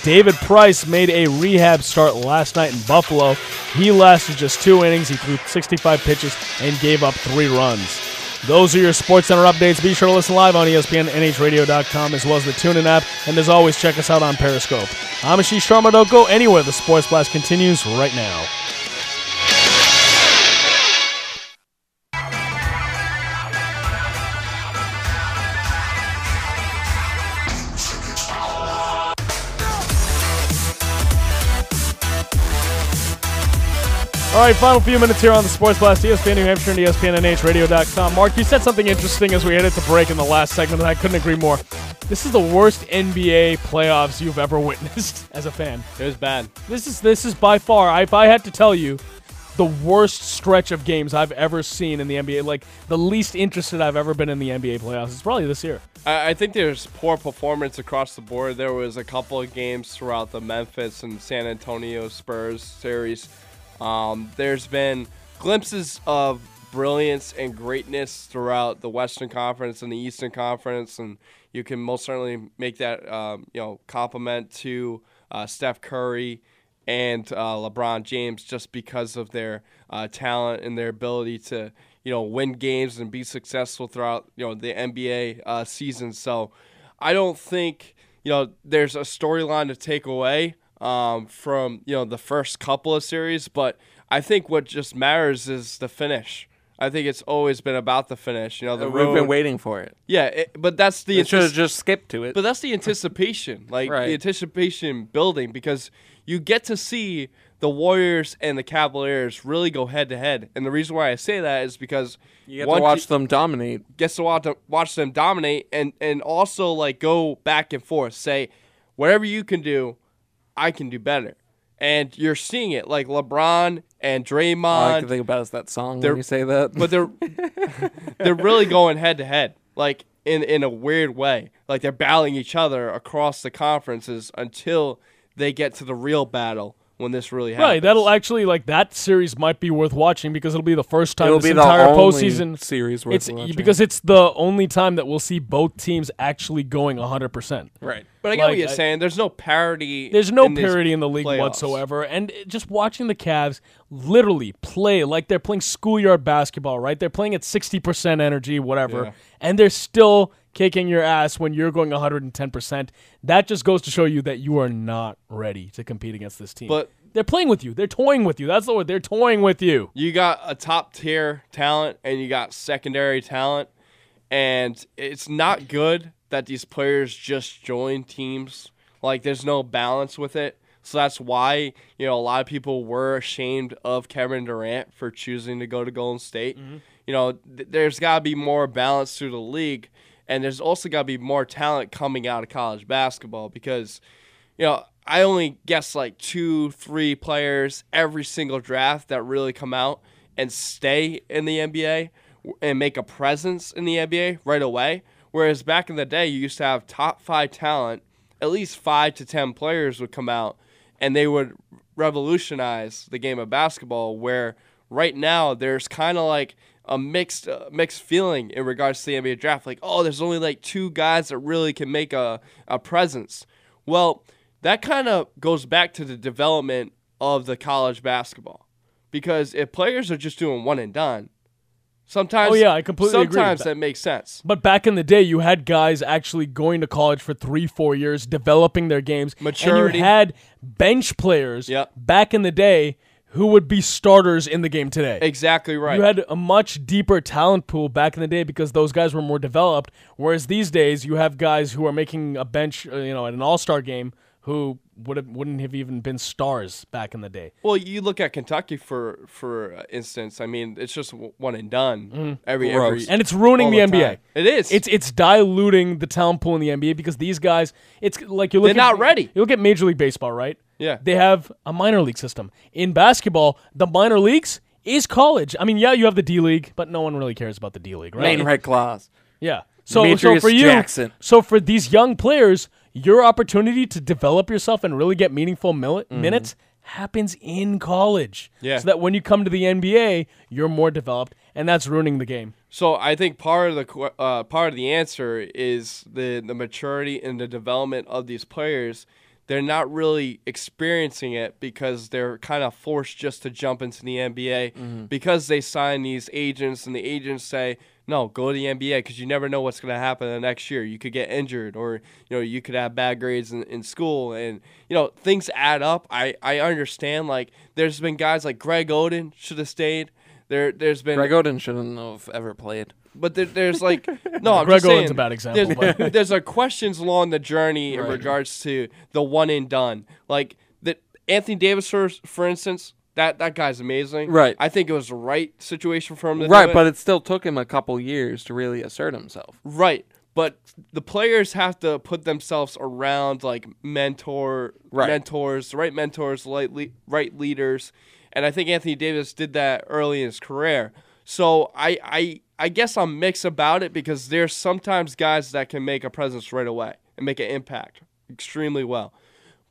S4: David Price made a rehab start last night in Buffalo. He lasted just two innings. He threw 65 pitches and gave up three runs. Those are your Sports Center updates. Be sure to listen live on E ESPN, NHRadio.com, as well as the TuneIn app. And as always, check us out on Periscope. I'm Ashish Sharma. Don't go anywhere. The Sports Blast continues right now. All right, final few minutes here on the Sports Blast, E ESPN New Hampshire and ESPNNHradio.com. Mark, you said something interesting as we headed to break in the last segment, and I couldn't agree more. This is the worst NBA playoffs you've ever witnessed as a fan. It was bad. This is this is by far, if I had to tell you, the worst stretch of games I've ever seen in the NBA. Like the least interested I've ever been in the NBA playoffs. It's probably this year.
S6: I, I think there's poor performance across the board. There was a couple of games throughout the Memphis and San Antonio Spurs series. Um, there's been glimpses of brilliance and greatness throughout the Western Conference and the Eastern Conference, and you can most certainly make that um, you know compliment to uh, Steph Curry and uh, LeBron James just because of their uh, talent and their ability to you know win games and be successful throughout you know the NBA uh, season. So I don't think you know there's a storyline to take away um, from you know the first couple of series, but I think what just matters is the finish. I think it's always been about the finish. You know, the
S5: We've been
S6: road-
S5: waiting for it.
S6: Yeah, it, but that's the
S5: They should've
S6: antici-
S5: just skipped to it.
S6: But that's the anticipation, like
S5: Right.
S6: the anticipation building, because you get to see the Warriors and the Cavaliers really go head to head. And the reason why I say that is because
S5: You get to watch them dominate.
S6: gets to watch, watch them dominate and, and also like go back and forth say whatever you can do i can do better and you're seeing it like lebron and draymond
S5: All I can think about is that song
S6: They're-
S5: when you say that.
S6: but they're they're really going head to head like in in a weird way like they're battling each other across the conferences until they get to the real battle when this really happens.
S4: Right, that'll actually like that series might be worth watching because it'll be the first time
S6: It'll
S4: this
S6: be the
S4: entire
S6: only
S4: postseason
S6: series worth
S4: it's,
S6: watching.
S4: because it's the only time that we'll see both teams actually going hundred percent.
S6: Right. But I get what you're saying. There's no parity.
S4: There's no
S6: in these
S4: parity in the league
S6: playoffs.
S4: whatsoever. And it- just watching the Cavs literally play like they're playing schoolyard basketball, right? They're playing at 60% energy, whatever.
S6: Yeah.
S4: And they're still kicking your ass when you're going 110%. That just goes to show you that you are not ready to compete against this team.
S6: But-
S4: they're playing with you. They're toying with you. That's the word. They're toying with you.
S6: You got a top tier talent and you got secondary talent, and it's not good that these players just join teams. Like there's no balance with it. So that's why you know a lot of people were ashamed of Kevin Durant for choosing to go to Golden State. You know, th- there's got to be more balance through the league, and there's also got to be more talent coming out of college basketball because you know, I only guess like two, three players every single draft that really come out and stay in the NBA w- and make a presence in the NBA right away. Whereas back in the day, you used to have top five talent, at least five to 10 players would come out and they would revolutionize the game of basketball. Where right now, there's kind of like a mixed uh, mixed feeling in regards to the NBA draft. Like, oh, there's only like two guys that really can make a, a presence. Well, that kind of goes back to the development of the college basketball because if players are just doing one and done, sometimes
S4: Oh, yeah, I completely agree with
S6: sometimes
S4: that.
S6: that makes sense.
S4: But back in the day, you had guys actually going to college for three, four years, developing their games. And
S6: Maturity.
S4: you had bench players back in the day who would be starters in the game today.
S6: Exactly right.
S4: You had a much deeper talent pool back in the day because those guys were more developed. Whereas these days, you have guys who are making a bench, uh, you know, at an all star game who would have, wouldn't have even been stars back in the day.
S6: Well, you look at Kentucky for for uh, instance. I mean, it's just w- one and done.
S4: Mhm.
S6: Every, every
S4: and it's ruining
S6: all
S4: the, NBA.
S6: time. It is.
S4: It's it's diluting the talent pool in the NBA because these guys, it's like you look.
S6: They're
S4: at,
S6: not ready.
S4: You look at Major League Baseball, right?
S6: Yeah.
S4: They have a minor league system. In basketball, the minor leagues is college. I mean, yeah, you have the D League, but no one really cares about the D League, right?
S5: Main red claws.
S4: Yeah. So, so
S5: Demetrius
S4: for you,
S5: Jackson.
S4: so for these young players, your opportunity to develop yourself and really get meaningful mil- minutes happens in college.
S6: Mm-hmm. Yeah.
S4: So that when you come to the NBA, you're more developed, and that's ruining the game.
S6: So I think part of the que- uh, part of the answer is the the maturity and the development of these players. They're not really experiencing it because they're kind of forced just to jump into the NBA because they sign these agents and the agents say, "No, go to the NBA because you never know what's going to happen the next year. You could get injured or you know you could have bad grades in, in school and you know things add up. I I understand like there's been guys like Greg Oden should have stayed. There there's been
S5: Greg Oden shouldn't have ever played.
S6: but there, there's like no. I'm
S4: Greg
S6: just saying,
S4: Owen's a bad example,
S6: There's,
S4: but-
S6: there's like questions along the journey in regards to the one and done. Like that Anthony Davis, for, for instance, that that guy's amazing.
S5: Right.
S6: I think it was the right situation for him. To do
S5: Right,
S6: it.
S5: but it still took him a couple years to really assert himself.
S6: Right. But the players have to put themselves around like mentor
S5: Right.
S6: mentors, the right mentors, right, le- right leaders. And I think Anthony Davis did that early in his career. So I, I I guess I'm mixed about it because there's sometimes guys that can make a presence right away and make an impact extremely well.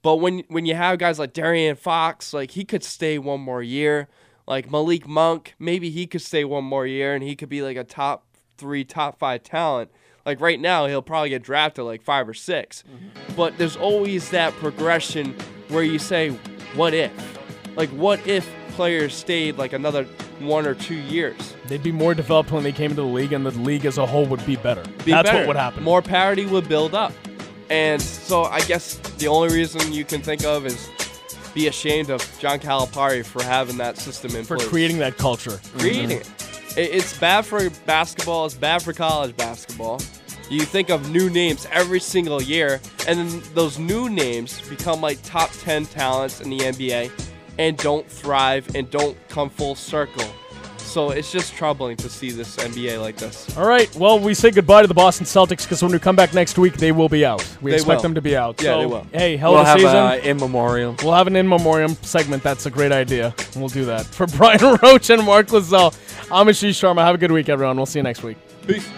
S6: But when when you have guys like Darian Fox, like he could stay one more year. Like Malik Monk, maybe he could stay one more year and he could be like a top three, top five talent. Like right now, he'll probably get drafted like five or 6 But there's always that progression where you say, what if? Like, what if players stayed like another one or two years?
S4: They'd be more developed when they came into the league, and the league as a whole would be better.
S6: be
S4: That's
S6: better.
S4: what would happen.
S6: More parity would build up. And so I guess the only reason you can think of is be ashamed of John Calipari for having that system in
S4: for
S6: place.
S4: creating Mm-hmm. that culture.
S6: Creating it. It- It's bad for basketball. It's bad for college basketball. You think of new names every single year, and then those new names become like top 10 talents in the NBA and don't thrive and don't come full circle. So it's just troubling to see this NBA like this.
S4: All right. Well, we say goodbye to the Boston Celtics because when we come back next week, they will be out. We
S6: They
S4: expect
S6: will.
S4: them to be out.
S6: Yeah,
S4: so,
S6: they will.
S4: Hey, hell
S5: we'll
S4: of a
S5: have
S4: season.
S5: a in memoriam.
S4: We'll have an in memoriam segment. That's a great idea. We'll do that. For Brian Roach and Mark Lazell, I'm Ashish Sharma. Have a good week, everyone. We'll see you next week.
S6: Peace.